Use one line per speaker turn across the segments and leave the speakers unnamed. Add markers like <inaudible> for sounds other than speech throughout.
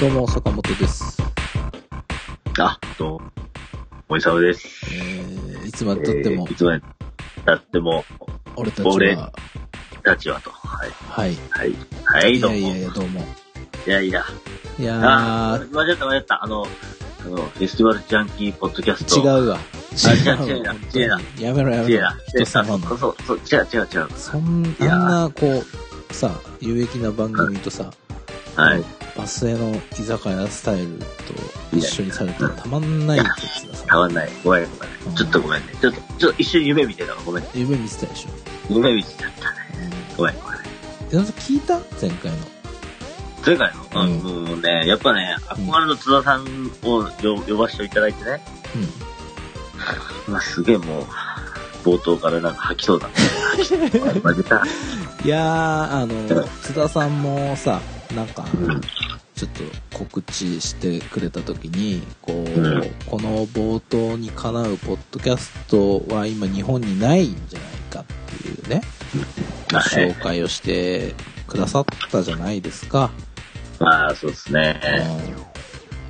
どうも、坂本です。
あ、どうも、森沢です。
えー、いつまで経っても
えーい、つまでたっても、
俺たちは、
俺たちはと。はい。
はい。い
はい。はい、どう
や
も。
い
い
やい
やい
や、どうも。
や。いや
いや
あー、間違った間違った。あの、あの、フェスティバルジャンキーポッドキャスト。
ー、違
う。
うわ。
あ
違う
違う違う
わ本当
違うな
に。やめろや
違
め
う
ろ
な。。
人様
そう
の。
そう、そう、違う違う違う。
そん、あん
いや
な、こう、さ、有益な番組とさ、
はい。
バスへの居酒屋スタイルと一緒にされたらたまんないって言って
た
さ、
まんない。ごめんごめん。ちょっとごめんね。ちょっと、ちょっと一瞬夢見てたわ。ごめん。
夢見てたでしょ。
夢見てた。ごめんごめん。
うん。え、聞いた前回の。
それからの、あ
うん
のもうね、やっぱね、憧れの津田さんをよ呼ばせていただいてね。
うん。
まあ、すげえもう、冒頭からなんか吐きそうだった。吐きそう。負けた。
いやー、あの、津田さんもさ、なんか、
うん。
ちょっと告知してくれた時にこう、
うん
この冒頭にかなうポッドキャストは今日本にないんじゃないかっていうね
まあね
紹介をしてくださったじゃないですか、
まあ、そうですね。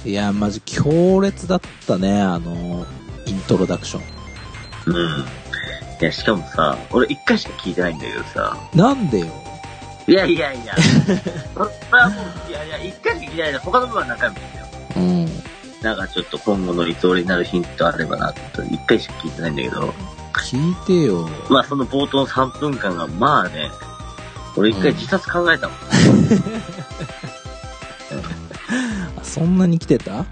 うんいやマジ強烈だったねあのイントロダクション
うん。いや、しかもさ、俺一回しか聞いてないんだけどさ。
なんでよ
いやいやいや。それはもう、いやいや、一回しか聞いてないで、他の部分は中身ですよ。
うん
なんかちょっと今後の理想になるヒントあればなと思って、一回しか聞いてないんだけど。
聞いてよ
まあ、その冒頭の3分間が、まあね、俺一回自殺考えたもん。
あそんなに来てた
うん。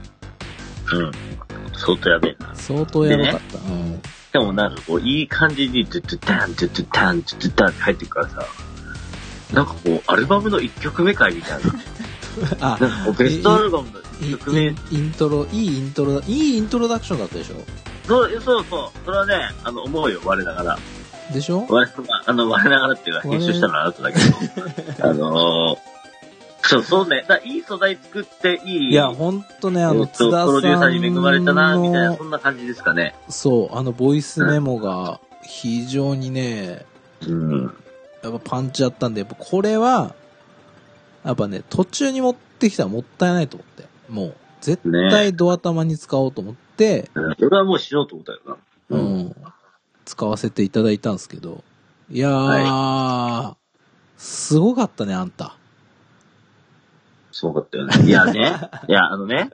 相当やべえな。
相当やばかった、うん
でもなんかこう、いい感じに、ドゥドゥダン、ドゥドゥダン、ドゥドゥダンって入ってくからさ、なんかこう、アルバムの1曲目かいみたいな。
あ
なんかこう、ベストアルバムの1曲
い
目
い。イントロいいイントロだいいイントロダクションだったでしょ
そう、そうそう。それはね、あの、思うよ、我ながら。
でしょ
我、あの、我ながらっていうか、編集したのはあなた
<laughs>
だけど、あのー、そう、そうね。だいい素材作って、いい、
いや、ほんとね、あ
え
の、
っと、
津田さんの。
プロデューサーに恵まれたな、みたいな、そんな感じですかね。
そう、あの、ボイスメモが非常にね、
うん。
やっぱパンチあったんで、やっぱこれは、やっぱね、途中に持ってきたらもったいないと思って。もう、絶対ドア玉に使おうと思って、
うん俺はもう死のうと思ったよな。
う。ん、使わせていただいたんですけど。いやー、すごかったね、あんた。
すごかったよね。いや
<laughs>
ね。いや、あのね。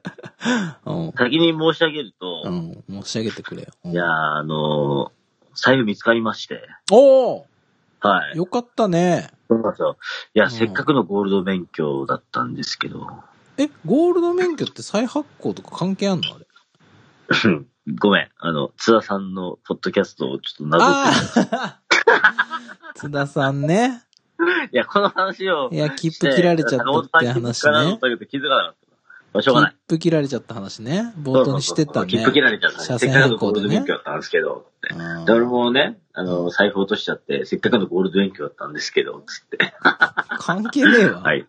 うん。
先に申し上げると、
うん、申し上げてくれよ。うん
いやー、あのー、財布見つかりまして。
お
は
ー
い。
よかったね。
そうなんですよ。いや、
うん
せっかくのゴールド勉強だったんですけど、
え、ゴールド免許って再発行とか関係あんのあれ。
ごめん。あの、津田さんのポッドキャストをちょっと謎
ああ津田さんね。
いや、この話を
い。や、切
して
符切られちゃったって話
坂本さんに聞くかなと思っ
ね
た。けど気づかなかった。まあ、しょうがな
切
い。
符切られちゃった話ね。冒頭にしてた
そうそうそう
ね。
切符切られちゃった。
車
せ
線
っかく
変
のゴ
更
ール
で
ド勉
ね
強。だったんですけど。って
うん
で、俺もね、あの、財布落としちゃって、せっかくのゴールド勉強だったんですけど、つって。
関係ねえわ。
はい。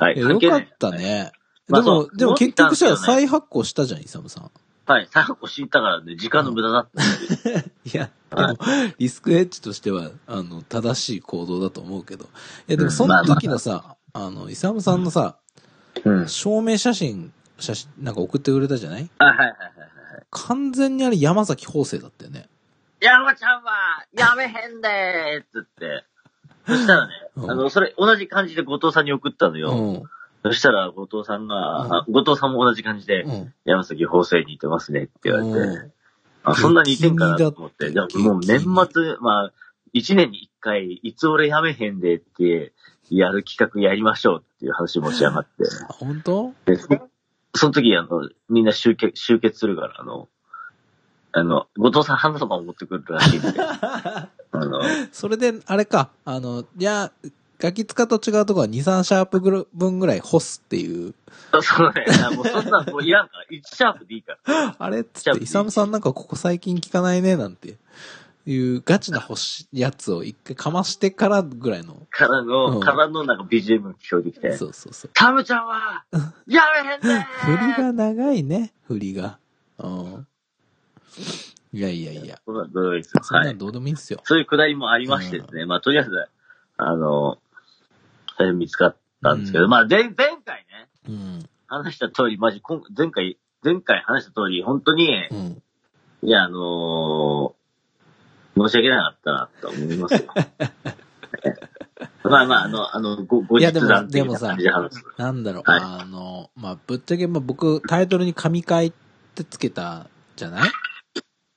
はいい。
やよ
関係
か
ない
ったね。
ま
で
あそ
も
う、
でも結局
そ
さ、
うなんですよね
再発行したじゃん、イサムさん。
はい、3個死んだからね、時間の無駄だった。
いや、でも、リスクエッジとしては、あの、正しい行動だと思うけど。いや、でもその時のさ、あの、イサムさんのさ、
うん。
証明写真、写真、なんか送ってくれたじゃない
あ、はいはいはいはい。
完全にあれ山崎邦生だったよね。
山ちゃんは、やめへんでーっつって。そしたらね、あ
うん
の、それ、同じ感じで後藤さんに送ったのよ。
うん。
そしたら、後藤さん
うん
が、あ後藤さんも同じ感じで、
うん。
山崎法制に似てますねって言われ
う
て、あ、そんなに似てんかなと思っ
激
て、
似
じ
だ
ゃ
って
もう年
激似
末、まあ、一年に一回、いつ俺やめへんでって、やる企画やりましょうっていう話持ち上がって。
あ、本当
で、そその時、あの、みんな集結、集結するから、あの、あの、後藤さん花束を持ってくるらしい
<laughs>
んで、あの、
それで、あれか、あの、いや、ガキ使と違うとこは2、3シャープぐる分ぐらい干すっていう。
そうね、あもうそんなんもういらんから、1シャープでいいから。
あれっつって、イサムさんなんかここ最近聞かないね、なんていうガチな干しやつを一回かましてからぐらいの。
からの、
うん
からのなんか BGM が聞こえてきて、
そうそうそう。
サムちゃんは、やめへんね
振りが長いね、振りが。うん。いやいやいや。
そんなんどうでもいいです
そん
は。
ないんどうでもいいんすよ。
そういうくだりもありましてですね、まあ、とりあえず、あの、それ見つかったんですけど、
うん
まあ、前、前回ね、
うん。
話した通り、マジ、今前回、前回話した通り、本当に、
うん。
いや、あのー、申し訳なかったな、と思います
<laughs>
よ。まあまあ、あの、あの、ご、ご
いや
日
でも
談的
でも
な
さ
感じで話す。
なんだろう、
はい
あの、まあ、ぶっちゃけ、まあ、僕、タイトルに神回ってつけたじゃない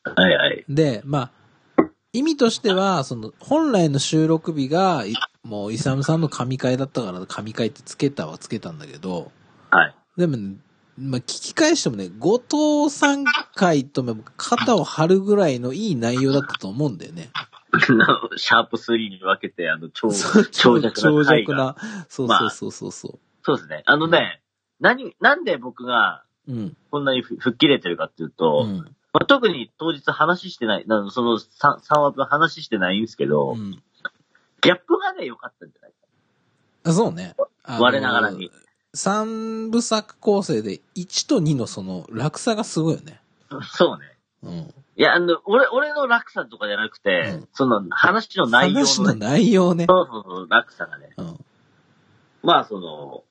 はいはい。 <laughs>
で、まあ、意味としては、その、本来の収録日が、いもう、イサムさんの神回だったから、神回ってつけたはつけたんだけど、
はい。
でもね、まあ、聞き返してもね、後藤さん回とも肩を張るぐらいのいい内容だったと思うんだよね。
あのシャープ3に分けて、あの、超、
そう
長尺な回
長
が。
<laughs> な。そうそうそうそうそ
そうですね。あのね、何、なんで僕が、
う。うん。
こんなにふ吹っ切れてるかっていう
う
と、
ん。
まあ、特に当日話してない、あのその 3, 3話分話してないんですけど、
うん。
ギャップがね、良かったんじゃないか
あそうね。あの
我ながらに。
三部作構成で1と2のその落差がすごいよね。
そうね。
うん。
いや、あの、俺、俺の落差とかじゃなくて、
うん
その話の内容の、ね、
話の内容ね。
そうそうそう、落差がね。
うん。
まあ、その、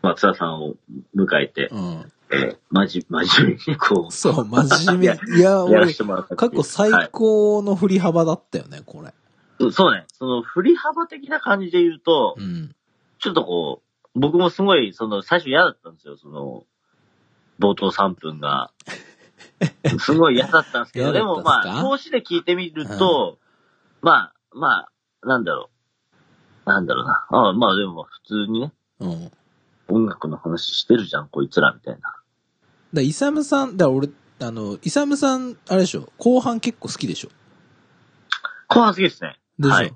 松田さんを迎えて、
うん。
えーまじ、 <laughs> 真面目にこう、
そう、真面目。い
<laughs> い
や、
ややら
俺
せ、てもらったって
過
いう
去
は
最
い
高の振り幅だったよね、これ。
うんそうね。その、振り幅的な感じで言うと、
うん。
ちょっとこう、僕もすごい、その、最初嫌だったんですよ、その、冒頭3
<laughs>
分が。すごい嫌だったんですけど、
嫌
で
だったん
も
すか
まあ、投資で聞いてみると、まあ、まあ、なんだろう。なんだろうな。ああまあでも、普通にね、
うん。
音楽の話してるじゃん、こいつら、みたいな。
だイサムさん、だ俺、あの、イサムさん、あれでしょ、後半結構好きでしょ。
後半好きですね。
でしょ。
はい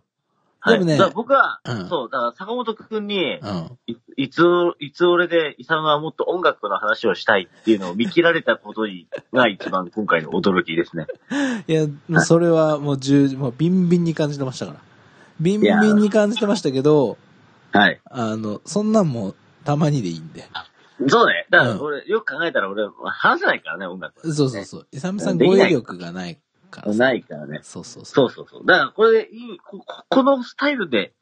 はい。
でもね
だから僕は、
うん
そう、だから坂本くんに、
うん。
いいつ、いつ俺で、イサムはもっと音楽の話をしたいっていうのを見切られたことにが一番今回の驚きですね。
いや、もうそれはもう十、もうビンビンに感じてましたから。ビンビンに感じてましたけど、
はい。
あの、そんなんもうたまにでいいんで。
そうね。だか
う
ら
ん
俺、よく考えたら俺、話せないからね、音楽は。
そうそうそう。イサムさん
でき
語
ない
彙力がないからさ。
ないからね。
そうそうそう。
そうそうそう。だからこれでいい、こここのスタイルで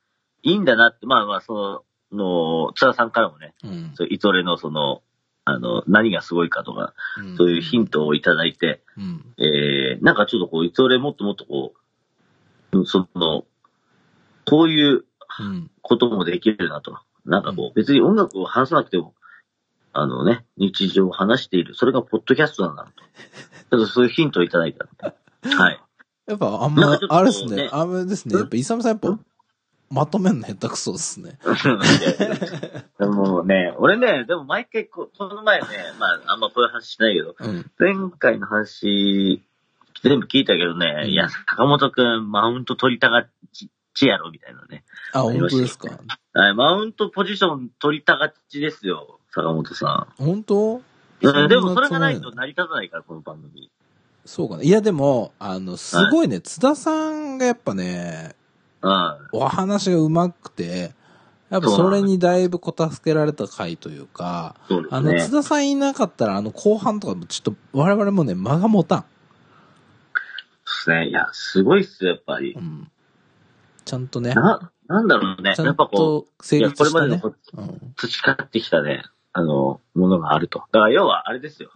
いいんだなって、まあまあ、その、の、津田さんからもね、
うん。
そういつ俺のその、あの、何がすごいかとか、
ん
そういうヒントをいただいて、
うん。
えー、なんかちょっとこう、いつ俺もっともっとこううん、その、こういう
うん。
こともできるなと。なんかこう、別に音楽を話さなくても、あのね、日常を話している。それがポッドキャストなんだなと。ちょっとそういうヒントをいただい <laughs> たので。はい。
やっぱあん
なん
ま
かちょっ、と
あれですね
ね。
あれですね。やっぱイサムさんやっぱ、まとめんの下手くそですね。
でもうね、俺ね、でも毎回こう、この前ね、まあ、あんまこういう話しないけど、
うん。
前回の話、全部聞いたけどね、いや、坂本くん、マウント取りたがち、ちやろ、みたいなね。
あ、本当ですか。
はい、マウントポジション取りたがちですよ、坂本さ
本当
ん。
そんな
でもそれがない
つも
と
り
成り立たないから、この番組。
そうかね。いや、でも、あの、すごいね、津田さんがやっぱね、
うん。
お話が上手くて、やっぱそれにだいぶこた助けられた回というか、
そうで
あ
す
の、
ね
津。田さんいなかったら、あの、後半とかもちょっと、我々もね、間が持たん。
そうですね。いや、すごいっすよ、やっぱり
う。ん。ちゃんとね、
な、なんだろうね。
ち
や
ゃ
っ
ん
ぱことう、
成
いや、
立
これ
し
ま
た
での
ね。
こう
うん。
培ってきたね、あの、ものがあると。だから要は、あれですよ。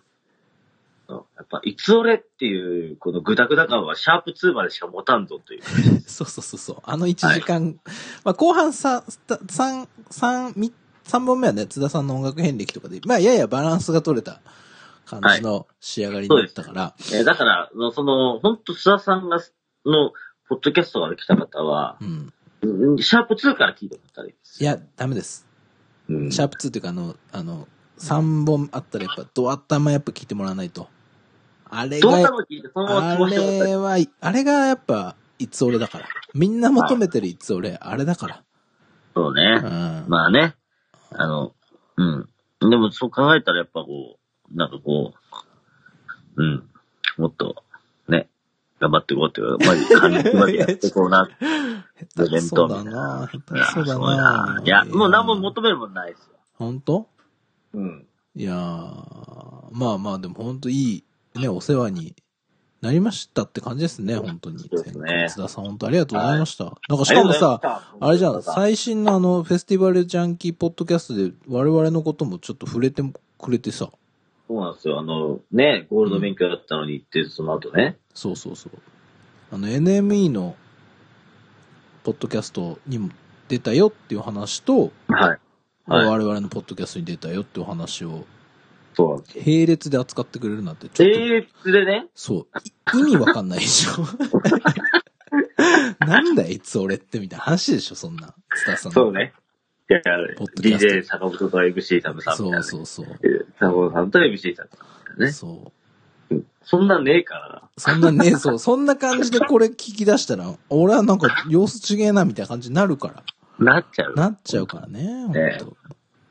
そうやっぱ、いつ俺っていう、このグダグダ感は、シャープ2までしか持たんぞ
<laughs>
という。
そうそうそうそう。あの1時間、まあ後半さ、さ三三み三本目はね、津田さんの音楽遍歴とかで、まあややバランスが取れた感じの仕上がりになったから、
えーだから、その、本当須田さんが、の、ポッドキャストから来た方は、
うん。
うんシャープ2から聞いてもらったらいいです。
いや、ダメです。
うん
シャープ2っていうか、あの、あの、3本あったらやっぱ、ドアタマやっぱ聞いてもらわないと。あれ
どうした
が、
の聞いて、そのまま
あ
過ごしてもらったらいい
れは、あれがやっぱ、いつ俺だから。みんな求めてるいつ俺、あれだか
そう
ら。
ね
う。ん。
まあね、あの、うん。でもそう考えたらやっぱこう、なんかこう、うん、もっと、ね、頑張っていこうっていう、まあ、感じまでやってこうな。
下手くそうだな下手くそうだない
や、もう何も求めるもんないですよ。
本当
うん。
いやー、まあまあ、でも本当いい、ね、お世話になりましたって感じですね、本当に。
そうですね
前回津田さん、本当ありがとうございました。なんかしかもさ、あれじゃん、
さ
最新のあの、フェスティバルジャンキーポッドキャストで我々のこともちょっと触れてくれてさ。
そうなんですよ。あの、ね、ゴールド勉強だったのに行って、その後ね。
そうそうそう。あの、NME の、ポッドキャストにも出たよっていう話と、
はい。はい。
我々のポッドキャストに出たよっていうお話を、
そうなんですよ。
並列で扱ってくれるなんて、ちょっと、
えー、でね、
そう、い意味わかんないでしょ。 <laughs> なんだいつ俺ってみたいな話でしょ、そんな。スターさんの
そう。ね。いや
ポッドキャスト
DJ 坂本と MC サムさん
そ
みたいな
う
ね。
そうそう。
えー坂本さんと MC さんみたいなね。
そう。
そんなんねえから
そんなね、そう、そんな感じでこれ聞き出したら、俺はなんか様子違えなみたいな感じになるから。
な。なっちゃう。
なっちゃうからね、ほん
ね
と。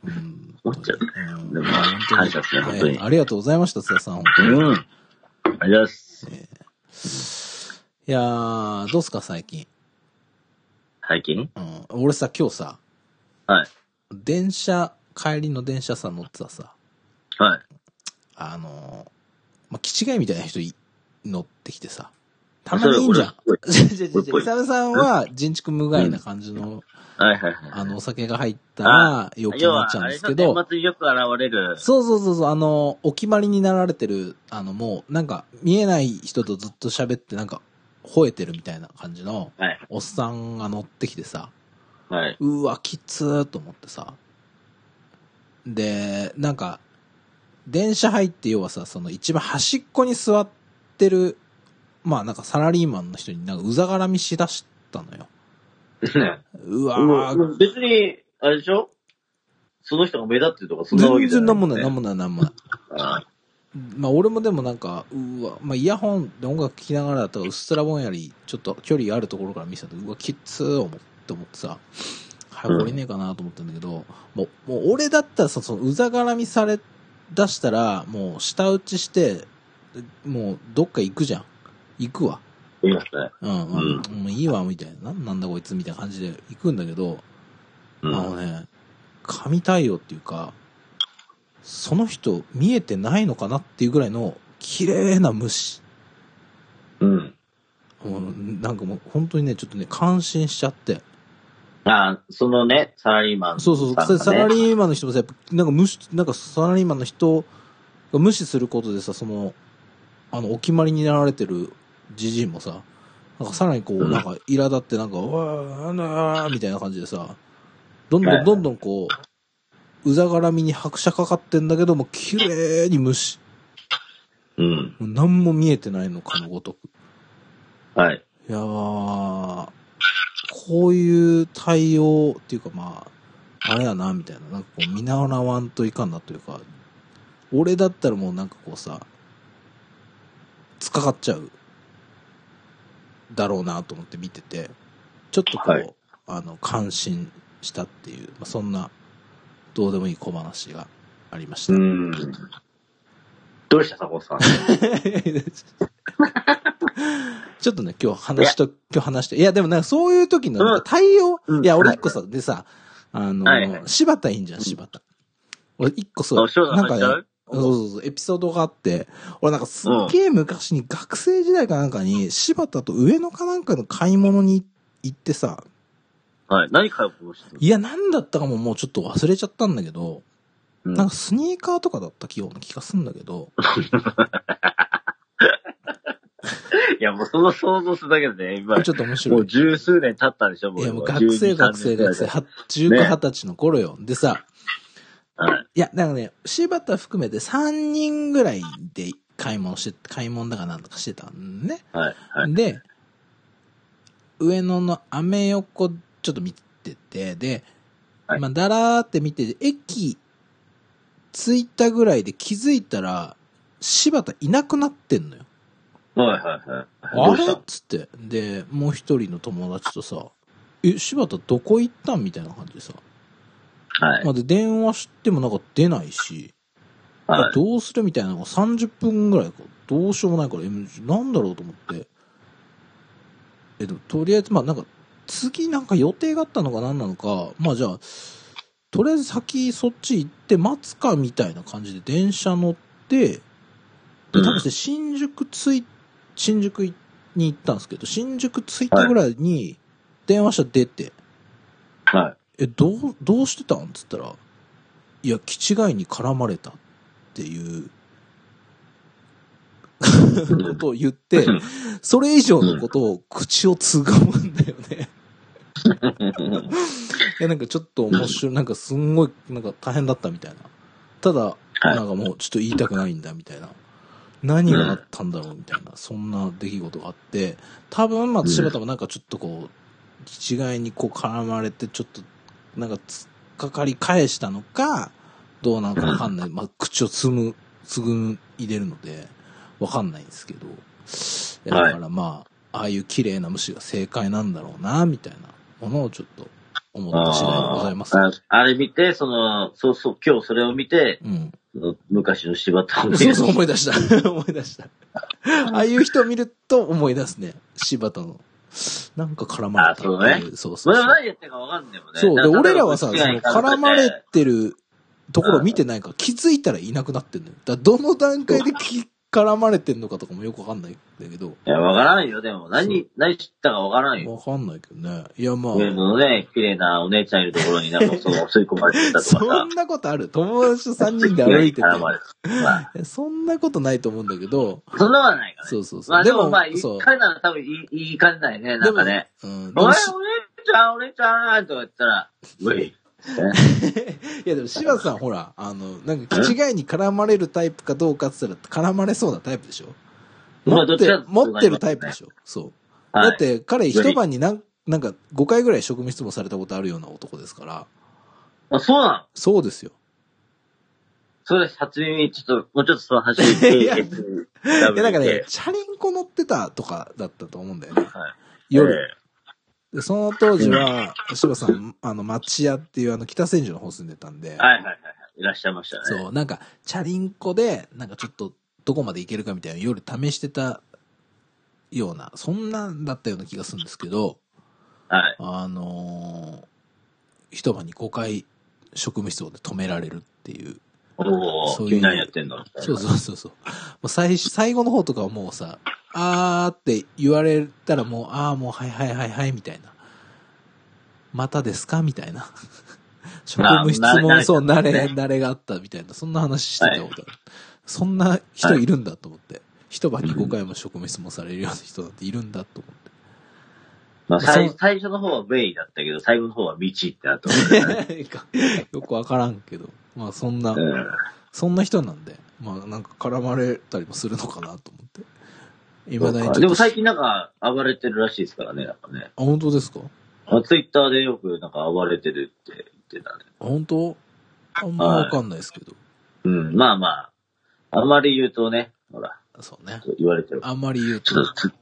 うん。
なっちゃう。
うん
でも
まあ本当に
感謝ですね本当に
はいありがとうございました、津田さん、本当に。
うん。ありがとうございます。
いやー、どうすか、最近。
最近
うん。俺さ、今日さ、
はい。
電車、帰りの電車さ、乗ってたさ、
はい。
あのー、まあ、気違いみたいな人い乗ってきてさ、たまにいいんじゃん。
そ
じゃじゃじゃ
俺っぽい
イサムさんは、人畜無害な感じの、
はいはいはい。
あの、お酒が入ったら、陽気に
要
な
は
っちゃう
あ
ん
れ
で
ですし
け
ょ
ど、
年末によく現れる。
そうそうそうそう、あの、お決まりになられてる、あの、もう、なんか、見えない人とずっと喋って、なんか、吠えてるみたいな感じの、
はい。
おっさんが乗ってきてさ、
はい。
うわ、きつーと思ってさ。で、なんか、電車入って、要はさ、その一番端っこに座ってる、まあなんかサラリーマンの人になんかうざがらみしだしたのよ。
ね
うわ
も
ー、
う別に、あれでしょその人が目立ってるとか、そんなわけ
全
じゃ
然
な、
ないんもない、なんもない、なんもない。
あ
まあ俺もでもなんか、うわ、まあイヤホンで音楽聴きながらだとうっすらぼんやり、ちょっと距離あるところから見せたと、うわ、きっつー思って思ってさ、早く降りねえかなと思ったんだけど、もう、もう俺だったらさ、そのうざがらみされ出したら、もう舌打ちして、もうどっか行くじゃん。行くわ。
言いますね。
うん、まあもういいわ、みたいな。なんなんだこいつ、みたいな感じで行くんだけど、
うん。
あのね、神対応っていうか、その人見えてないのかなっていうぐらいの綺麗な虫。
うん。
もうなんかもう本当にね、ちょっとね、感心しちゃって。
あそのね、サラリーマンさ
そ
ん
う
が
そう
ね、
そう、サラリーマンの人もさ、やっぱなんか無視、なんかサラリーマンの人が無視することでさ、その、あの、お決まりになられてるじじいもさ、なんかさらにこう、
うん
なんか苛立ってなんか、うわー、なんだーみたいな感じでさ、どん
はい
ど
は
んどん
い
どんこう、うざがらみに拍車かかってんだけども、綺麗に無視。
うん。
もう何も見えてないのかのごとく。
はい。
いやー、こういう対応っていうかまあ、あれやな、みたいな。なんかこう見習わんといかんなというか、俺だったらもうなんかこうさ、つかかっちゃう、だろうなと思って見てて、ちょっとこう、
はい
あの、感心したっていう、まあ、そんな、どうでもいい小話がありました。
うん。どうした、サコさん。
ち <laughs> ょっとね、今日話しと、今日話して。いや、でもなんかそういう時のなんか対応、
うん
いや、
うん
俺一個さ、でさ、あの、
はいはい
柴田いいんじゃん、柴田。俺一個そう、
あ、翔
なん
さ
か
ん
ね、
ちゃう
そうそうそう、エピソードがあって、俺なんかすっげえ昔に学生時代かなんかに、柴田と上野かなんかの買い物に行ってさ、
はい。何買おうしてる
いや、なんだったかももうちょっと忘れちゃったんだけど、
うん
なんかスニーカーとかだったような気がするんだけど、
いや、もうその想像するだけでね、今、
ちょっと面白い
もう。十数年経ったんでしょ、もう。
いや、もう学生、
12
学生、学。生、
13年くらい
は19、
ね
20歳の頃よ。でさ、
はい
や、なんかね、柴田含めて3人ぐらいで買い物して、買い物だかなんだかしてたんね。
い。はい。はい。
で、上野のアメ横ちょっと見てて、で、
はい
まあ、だらーって見てて、駅着いたぐらいで気づいたら、柴田いなくなってんのよ。
はい。はい。はい。ど
あ
うし
れ
た
っつって。で、もう一人の友達とさ、え、柴田どこ行ったんみたいな感じでさ。
はい。
まあで、電話してもなんか出ないし、
はい。
どうするみたいなのが30分ぐらいか、どうしようもないから、えなんだろうと思って。え、でも、とりあえず、まあなんか、次なんか予定があったのか何なのか、まあじゃあ、とりあえず先そっち行って待つかみたいな感じで電車乗って、で、多分して新宿つい、新宿に行ったんですけど、新宿着いたぐらいに電話したら出て、
はい。
え、どう、どうしてたんつったら、いや、気違いに絡まれたってっていうことを言って、 <laughs> それ以上のことを口をつぐむんだよね。いや、なんかちょっと面白い、なんかすんごい、なんか大変だったみたいな。ただ、
はい
なんかもうちょっと言いたくないんだみたいな。何があったんだろうみたいな、そんな出来事があって、多分、まあ、柴田もなんかちょっとこう、一概にこう絡まれて、ちょっと、なんか突っかかり返したのか、どうなのかわかんない。まあ、口をつむ、つぐ入れるので、わかんないんですけど。いや
はい
だからまあ、ああいう綺麗な虫が正解なんだろうな、みたいなものをちょっと思った次第でございます。
あーああれ見て、その、そうそう、今日それを見て、
うん。
その昔の柴田を見
そう <laughs>
る
そう、思い出
<laughs>
した。思い出した。ああいう人を見ると思い出すね。柴田の。なんか絡まれたってい。
あそう
そうそ
ま
う
あで
そう
も。何言ってるかわかんないもんね。
そう。で、
だ
俺らはさ、そ
例えば
の絡まれてるところを見てないから、気づいたらいなくなってんのよ。だからどの段階でき絡まれてんのかとかもよくわかんないんだけど。
いや、わからないよ、でも。
そ
何、何知ったかわからないよ。
わかんないけどね。いや、まあ。
上野のね、綺麗なお姉ちゃんいるところになん
<laughs>
か、その、吸い込まれてたと
そ
かさ
ん。なことある友達と3人で歩
<laughs>
いて
絡まれ
て。
たまあ
そんなことないと思うんだけど。
そんなことはないからね。
そうそうそう。
まあでもまあ、
そう。
一回なら多分いい、いい感じだよね、なんかね。
うん。で
おい、お
も
姉
し
ちゃん、お姉ちゃんとか言ったら、う
<laughs>
い。
いやでも柴田さんほら、あの、なんか気違いに絡まれるタイプかどうかって言ったら絡まれそうなタイプでしょ
ま
持
あど
っ
っち
て
か、っていうと
持ってるタイプでしょそう。
はい
だって彼一晩になんなんか5回ぐらい職務質問されたことあるような男ですから、
あ、そうなの
そうですよ。
それ、初耳、ちょっと、もうちょっとその話聞いて、
いや
SW
いやなんかね、、チャリンコ乗ってたとかだったと思うんだよね。
はい
夜。
え
で、その当時は、柴田さん、あの、町屋っていうあの、北千住の方住んでたんで、
えはいはいはいはい。いらっしゃいましたね。
そう、なんか、チャリンコで、なんかちょっと、どこまで行けるかみたいな夜試してたような、そんなんだったような気がするんですけど、
はい。
あのー一晩に5回、職務室で止められるっていう。
お
そ
お
ういう
君何やってんのみたいな
そうそうそうそう。もう最初、最後の方とかはもうさ、あーって言われたらもう、あーもうはいはいはいはいみたいな。またですかみたいな。 <laughs> 職務質
なな
問、そう、慣
慣
れ
れ、
慣れがあったみたいな。そんな話してたことある。そんな人いるんだと思って。一晩に5回も職務質問されるような人だっているんだと思って。
まあ、
そう
最最初の方はウェイだったけど、最後の方は道ってな
<laughs>
ったもんね <laughs>
よくわからんけど。まあそんな、
うん
そんな人なんで、まあなんか絡まれたりもするのかなと思って。未だにちょっと
でも最近なんか暴れてるらしいですからね、なんかね。
あ、本当ですか
あツイッターでよくなんか暴れてるって言ってたね。
あ本当あんまわかんないですけど。
うん、まあまあ。あんまり言うとね、ほら、
そうね。
言われてる。
あんまり言う
ち
と
ょ。っと、ちょ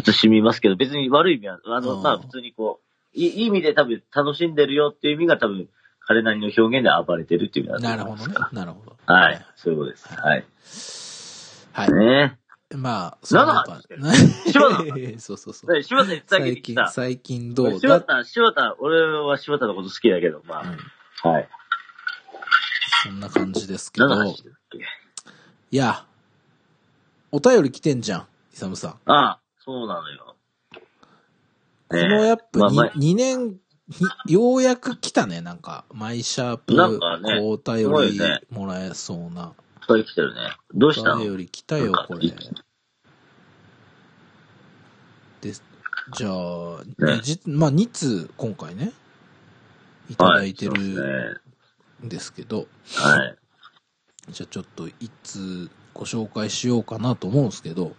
っと染みますけど、別に悪い意味は、あ
う
の、
ん
まあ普通にこう、いいい意味で多分楽しんでるよっていう意味が多分、彼なりの表現で暴れてるっていう意味
な
だ
る
と思
ほ
い
どね
ますか。ら。
なるほど。
はい、そういうことです。はい。
はい。
ね
まあ、そんな感
何
じ。
柴
<laughs>
田
そうそうそう。
え。柴田に伝え
最
てき
近
た、。
最近どうだ
柴田、柴田、俺は柴田のこと好きだけど、
う
ま
ん
あ、はい。
そんな感じですけ
何の
ど
話。だっけ
いや、お便り来てんじゃん、イサムさん。
ああ、そうなのよ。
このやっぱ
まあ
に
まあ
2, 年に、ようやく来たね、なんか。マイシャープ、
なんかね
こう
すご
お便
い
り
ね
もらえそうな。
二人来てるね。どうした
お
の
便り来たよ
なん、か
これ。
い
です。じゃあ、二じまあ、2通、今回ね、いただいて
はいそう
る
で
んですけど、
すね。はい。
じゃあちょっと1通ご紹介しようかなと思うんですけど、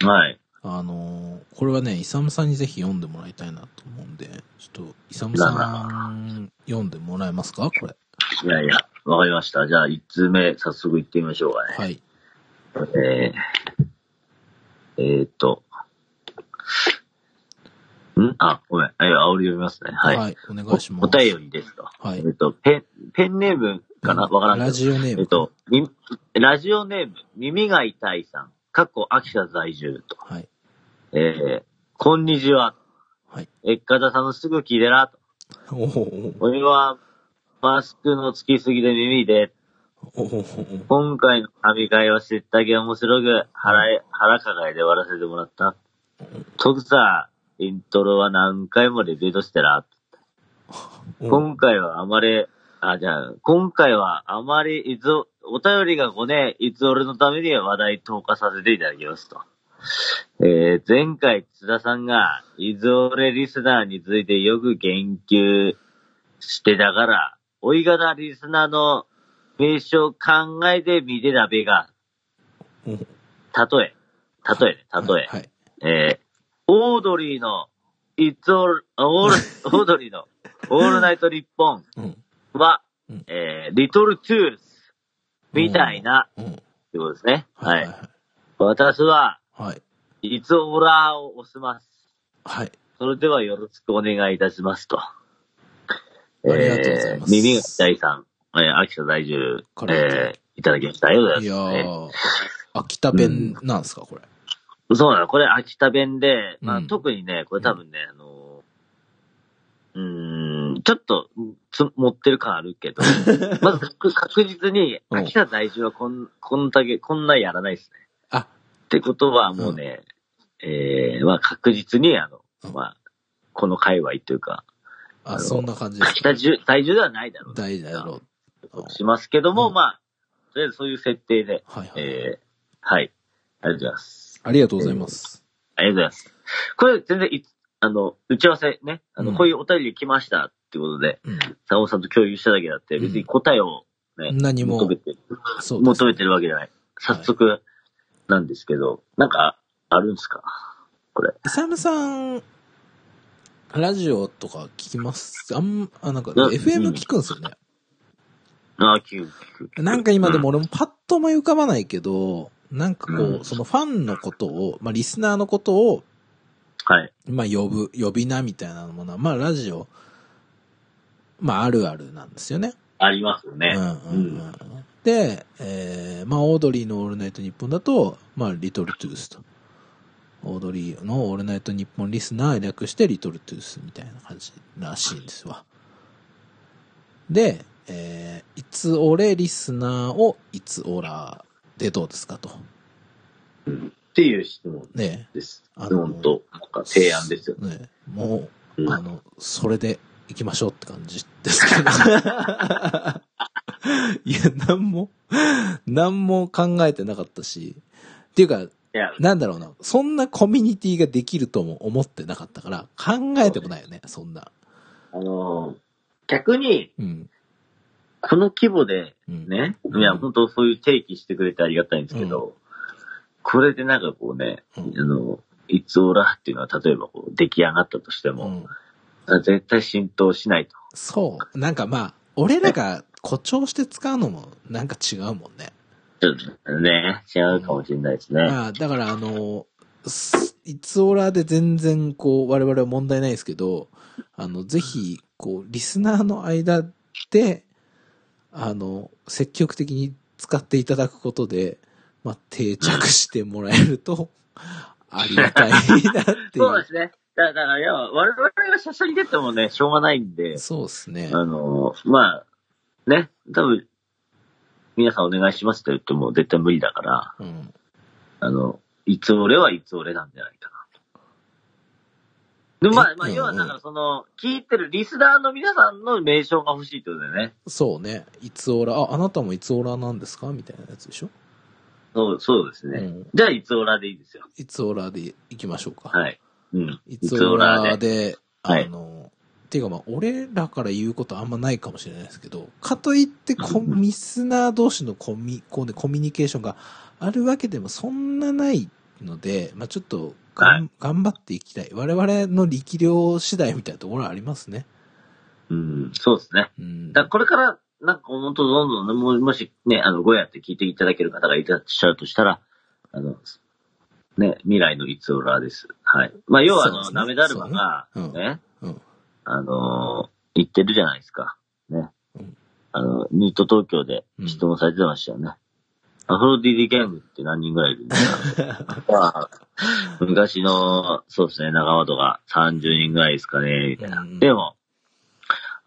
はい。
あのーこれはね、イサムさんにぜひ読んでもらいたいなと思うんで、ちょっと、イサムさん、読んでもらえますかこれ。
いやいや、わかりました。じゃあ、一通目、早速行ってみましょうかね。
はい。
えー、えーっと。んあ、ごめん。あ、いや煽り読みますね。はい。
はい、お願いします。
お便りですと。
はい
え。っと、ペン、ペンネームかなわからんけど
ラジオネーム。
えっと、みラジオネーム、耳が痛いさん、かっこ秋田在住と。
はい。
えー、こんにちは。
はい。
えっかださんのすぐ聞いてなと。
おおお
俺は、マスクのつきすぎで耳で、
おおお
今回の神会は知ったけ面白く、腹え、腹抱えで終わらせてもらった。特さ、イントロは何回もリピートしてな。
おお
今回はあまり、あ、じゃあ、今回はあまり依存お便りが5ね、いつ俺のために話題投下させていただきますと。えー、前回津田さんが、いつ俺リスナーについてよく言及してたから、おいがなリスナーの名称考えてみてたべが、
うん
例え、例えね、例え。
はい。
えー、オードリーの、いつオール、オール、オードリーの、
<laughs>
オールナイト日本
うん。
は
うん、
えー、リトルトゥース、みたいな、
うん。
ってことですね。は
はい
い。。私は、
はい。
いつオラを押します。
はい。
それではよろしくお願いいたしますと。
りがとうございます
えー耳が痛いさん、えー、秋田在住
こ、
え
れ
ー、いただきました。ありがとうご
い
ざい
や
ます。えー
ー、秋田弁なんですか、これ。
そうなの、これ秋田弁で、まあ、
うん
特にね、これ多分ね、あの、うーん、ちょっとつ持ってる感ある
<laughs>
けど、まず確確実に
うん
秋田在住はこん、こんだけ、こんなやらないですね。
あ、
ってことはもうね、えー、まあ確実に、あの
う、ん
まあ、この界隈というか、
あ、そんな感じです
秋田住在住ではないだろう
大事だろう。
としますけども、
うん
まあ、とりあえずそういう設定で、
はいはい。
えー、はい。ありがとうございます。
ありがとうございます。
ありがとうございます。これ全然い、あの、打ち合わせね、あの、
うん
こういうお便り来ましたってことで、
う
佐尾さんと共有しただけだって、
うん
別に答えをね、
ん。何も
求め、てる、
そうです
求めてるわけじゃない。早速なんですけど、なんか、あるんですか
イサムさん、ラジオとか聞きますあん、あ、なんか、
うん
FM 聞くんですよね。
あー、聞く聞く
なんか今でも
うん
俺もパッと思い浮かばないけど、なんかこ
う
う、
ん
そのファンのことを、まあリスナーのことを、
はい。
まあ呼ぶ、呼び名みたいなものは、まあラジオ、まああるあるなんですよね。
ありますよね。
うんうんうんで、えー、まあ、オードリーのオールナイトニッポンだと、まあ、リトルトゥースと。オードリーのオールナイトニッポンリスナー略してリトルトゥースみたいな感じらしいんですわ。で、えー、いつ俺リスナーをいつオラでどうですかと。
っていう質問
ね
です。
あの
質問と、なんか提案ですよ。
ねも
う
う、
ん
あの、それで行きましょうって感じですけど。 <laughs> いや、なんも、なんも考えてなかったし、っていうか、
いや、
なんだろうな、そんなコミュニティができるとも思ってなかったから、考えてもないよね、そんな。
あのー逆に、
うん。
この規模で、
うん。
ね。
うん
いや、本当そういう提起してくれてありがたいんですけど、これでなんかこうね、
うん
あの、いつオラっていうのは例えばこう出来上がったとして
う
も、
ん。
絶対浸透しないと。
そう。なんかまあ、俺らが誇張して使うのもなんか違うもんね。
ちょっとね、違うかもしれないですね。
ああ、だからあの、すいつオラで全然こう、我々は問題ないですけど、あの、ぜひ、こう、リスナーの間で、あの、積極的に使っていただくことで、まあ、定着してもらえる <laughs> と、ありがたいなってい
そうで
う。
すね。だだから、いや、我々が写真出てもね、しょうがないんで、
そうですね。
あの、まあ、ね、多分、皆さんお願いしますって言っても絶対無理だから、
うん。
あの、いつ俺はいつ俺なんじゃないかな。で、まあ、ま
う
あ、
んうん
要はだからその、聞いてるリスナーの皆さんの名称が欲しいってことだよね。
そうね。いつオラ、あ、あなたもいつオラなんですかみたいなやつでしょ
そう、そうですね。
うん
じゃあ、いつ俺でいいですよ。
いつオラで行きましょうか。
はい。うん。
いつオラ
いつオラで。
で、
はい
あの、っていうかまあ、俺らから言うことあんまないかもしれないですけど、かといってコミ、リスナー同士のコミ、こうね、コミュニケーションがあるわけでもそんなないので、まあちょっとがん、頑張っていきたい。我々の力量次第みたいなところはありますね。
うん、そうですね。
うん。
だからこれから、なんか本当どんどんね、もうもしね、あの、ごやって聞いていただける方がいらっしゃるとしたら、あの、ね、未来のいつ俺です。はい。まあ、要はあ
そうですね
の、なめだるまが、
そうねうん
ね、
うん。
あのー言ってるじゃないですか。ね
うん。
あの、ニート東京で
うん
質問されてましたよね。アフロディディゲームって何人ぐらいいるんです
<laughs>
かまあ昔の、そうですね、仲間とか30人ぐらいですかね、みたいな。
うんうん
でも、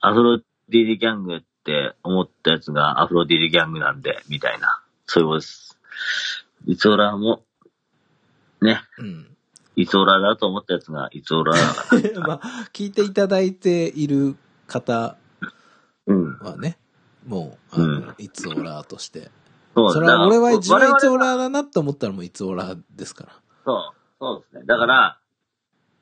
アフロディディギャングって思ったやつがアフロディディギャングなんで、みたいな。そういうことです。いつオラも、ね、
うん。 <laughs>
いつオラだと思ったやつがいつオラだから。
まあ、聞いていただいている方
うん。
はね、もう、あの、
うん
いつオラとして、
そう
それは俺は一番いつオ
俺
ラ
は
だなと思ったらもういつオラですから。
そう、そうですね。だから、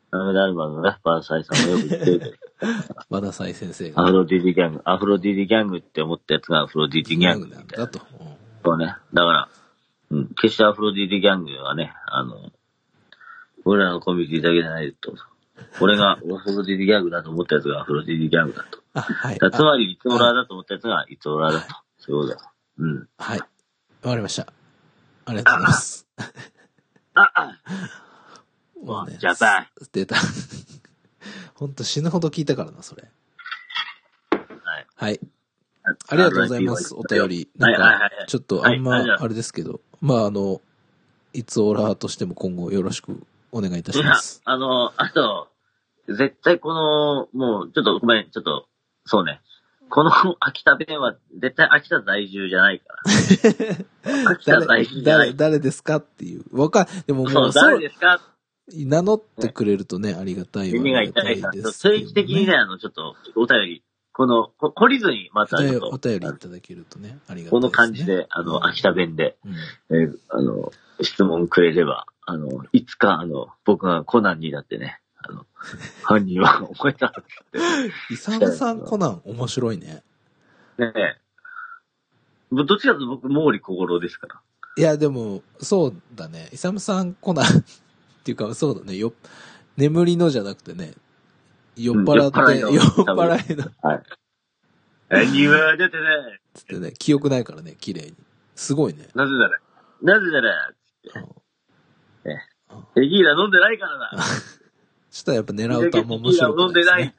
アメダルバムのね、バーサイさんもよく言ってる
<laughs>
けど、
和田才先生
ア
が。
フロディディギャング、アフロディディギャングって思ったやつがアフロディディギャングみたいな。
だと。うん
そうね。だから、うん、決してアフロディディギャングはね、あの、俺らのコミュニティだけじゃないと。俺がアフロディディギャングだと思ったやつがアフロディディギャングだと。
あ、はい。
だからつ
あ
まり、いつオラだと思ったやつがいつオラだと。そういうことだ。うん。
はい。わかりました。ありがとうございます。
<laughs> あ、あ、
もうね
ジャパン。
出た。 <laughs> ほんと死ぬほど聞いたからな、それ。
はい。
はい。ありがとうございます、お便。り。
は
ないん
はいはいは
か
い、
ちょっとあん
はいはいじゃ
ま、
あ
あれですけど、まあ、あの、いつオラとしても今後よろしくお願いいたします。
あの、あと、絶対この、もう、ちょっとごめん、ちょっと、そうね。この秋田弁は絶対秋田在住じゃない
<laughs>
から。秋田在
誰
住、じゃな
誰、
い。
誰ですかっていう。わか、でも
そ
も
う、
う、そ
誰
う、
ですか
名乗ってくれるとね、ありがたいは
耳が痛
あ
い
り
か
がた
ら、ち
い
ょっと
ですけどね
定期的にね、あの、ちょっと、お便り、この、こ懲りずに、また、ちょっと、
お便りいただけるとね、ありがたいですね。
この感じで、あの、秋田弁で、
うん。
えーあの、質問くれれば、あの、いつか、あの、僕がコナンになってね、
<laughs>
あの、犯人はお前だって、
イサムさんコナン面白いね。
ねえ。ぶどっちかというと僕、毛利小五郎ですから。
いや、でも、そうだね。イサムさんコナンっていうか、そうだね。よ、眠りのじゃなくてね、酔っ払って、
うん
酔
酔
っ
っ
払
払
いの、 <laughs>
何は出てない
つってね、記憶ないからね、綺麗に。すごいね。
なぜなら、なぜなら、
うん
テキーラ飲んでないからだ
ちょっとやっぱ狙うとあんま面白くないですね。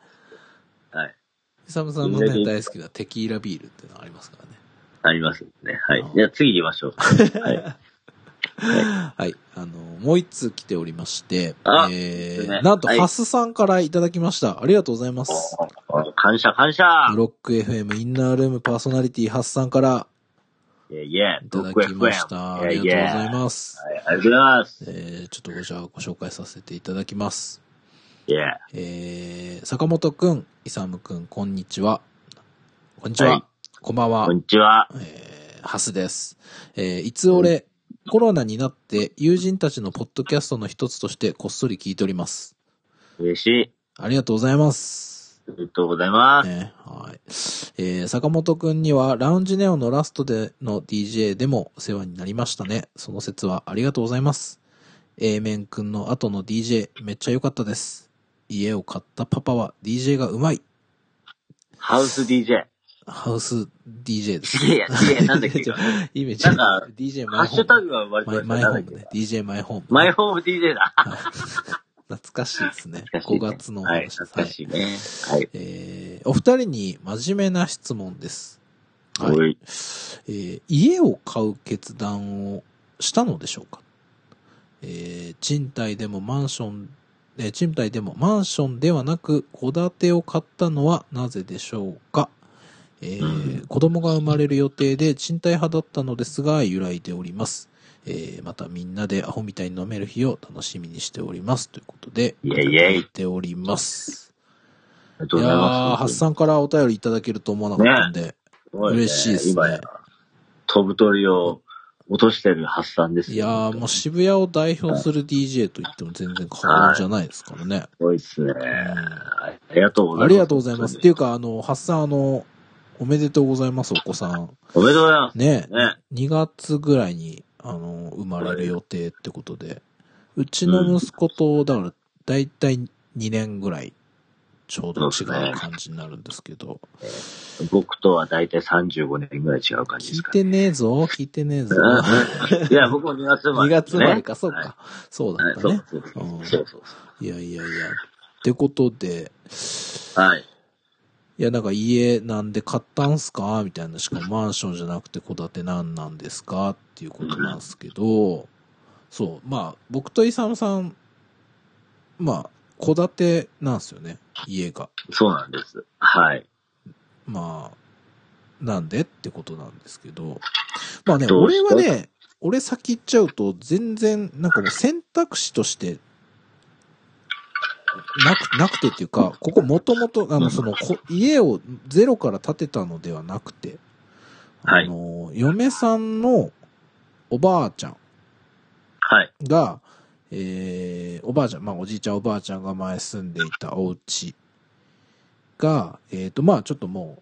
はい。
イサムさんもね、大好きなテキーラビールっていうのがありますからね。
ありますね。はい
あ。
じゃあ次行きま
<laughs>
しょう。はい。
はい。あの、もう一通来ておりまして、
あ
え
です
ー、
ね
なんと、
はい
ハスさんからいただきました。ありがとうございます。
お感謝感謝
ブロック FM インナールームパーソナリティハスさんから
いやいや、
いただきました。ありがとうござい
す。
ます。
はいありがとうございます。
えー、ちょっとごじゃあご紹介させていただきます。
いや、あ
えー、坂本くん、イサムくん、こんにちは。こんにちは。
はい
こんばんは
こん。にちは。
えーハスです。えーいつ俺、コロナになって友人たちのポッドキャストの一つとしてこっそり聞いております。
嬉しい。
ありがとうございます。
ありがとうございます。
ね、はい。えー坂本くんにはラウンジネオのラストでの DJ でもお世話になりましたね。その説はありがとうございます。A 面くんの後の DJ めっちゃ良かったです。家を買ったパパは DJ がうまい。
ハウス DJ。
ハウス DJ です。
いや、い
<laughs>
や、なんだっけ。ハ
イメージ。
なんか
DJ
ッシュタグが生まれて
マ
ま
イ
した
マイホ
ね。なんだっ
ー
け
ムね。DJ マイホーム。
マイホーム DJ だ。
懐かしいですね。
懐か
5
しいね
月のお
は
話
い、
です。
懐かしいね。はい。
えーお二人に真面目な質問です。はい。
おい
えー家を買う決断をしたのでしょうかえー賃貸でもマンション、えー賃貸でもマンションではなく戸建てを買ったのはなぜでしょうかえー
う
子供が生まれる予定で賃貸派だったのですが揺らいでおります。えーまたみんなでアホみたいに飲める日を楽しみにしております。ということで、
イェイイェイ
いただいております。
ありがとうござい
やー、
ま
ハッ
す。
サンからお便りいただけると思わなかったんで。
すごね
嬉しいですね
今や、飛ぶ鳥を落としてる発散です
い
よ
やー、もう渋谷を代表する DJ と言っても全然変わるんじゃないですからね。
すごいっすね。ありがとうございます。
ありがとうございます。ってい
本
うか、あの、ハッサン、あの、おめでとうございます、お子さん。
当におめでとうございます。
ね、
ね
2月ぐらいに、あの、生まれる予定ってことで。うちの息子と、だから、だいたい2年ぐらい、ちょうど違う感じになるんですけど。
僕とは大体35年ぐらい違う感じで
聞
す
い
か
てねえぞ、聞いてねえぞ。
ら。いや、僕も2月 <laughs> 生
2
まれ、ね。
月生まれか、そう
はい
か。そうだ
はい
った
そ
ね
う。そうそう
うん
そうそう
いやいやいや。ってことで、
そう。はい。
いやなんか家なんで買ったんすかみたいな。しかもマンションじゃなくて戸建てなんなんですかっていうことなんですけど、そう。まあ、僕とイサムさん、まあ、戸建てなんですよね。家が。
そうなんです。はい。
まあ、なんでってことなんですけど。まあね、
どう
俺
し
は
た
ね、俺先言っちゃうと、全然、なんかもう選択肢として、なく、なくてっていうか、ここもともと、あ
う
の、
ん
その、こ家をゼロから建てたのではなくて、
はい
あの、嫁さんのおばあちゃん
はい。
が、えー、おばあちゃん、まあおじいちゃんおばあちゃんが前住んでいたお家が、えっ、と、まあちょっとも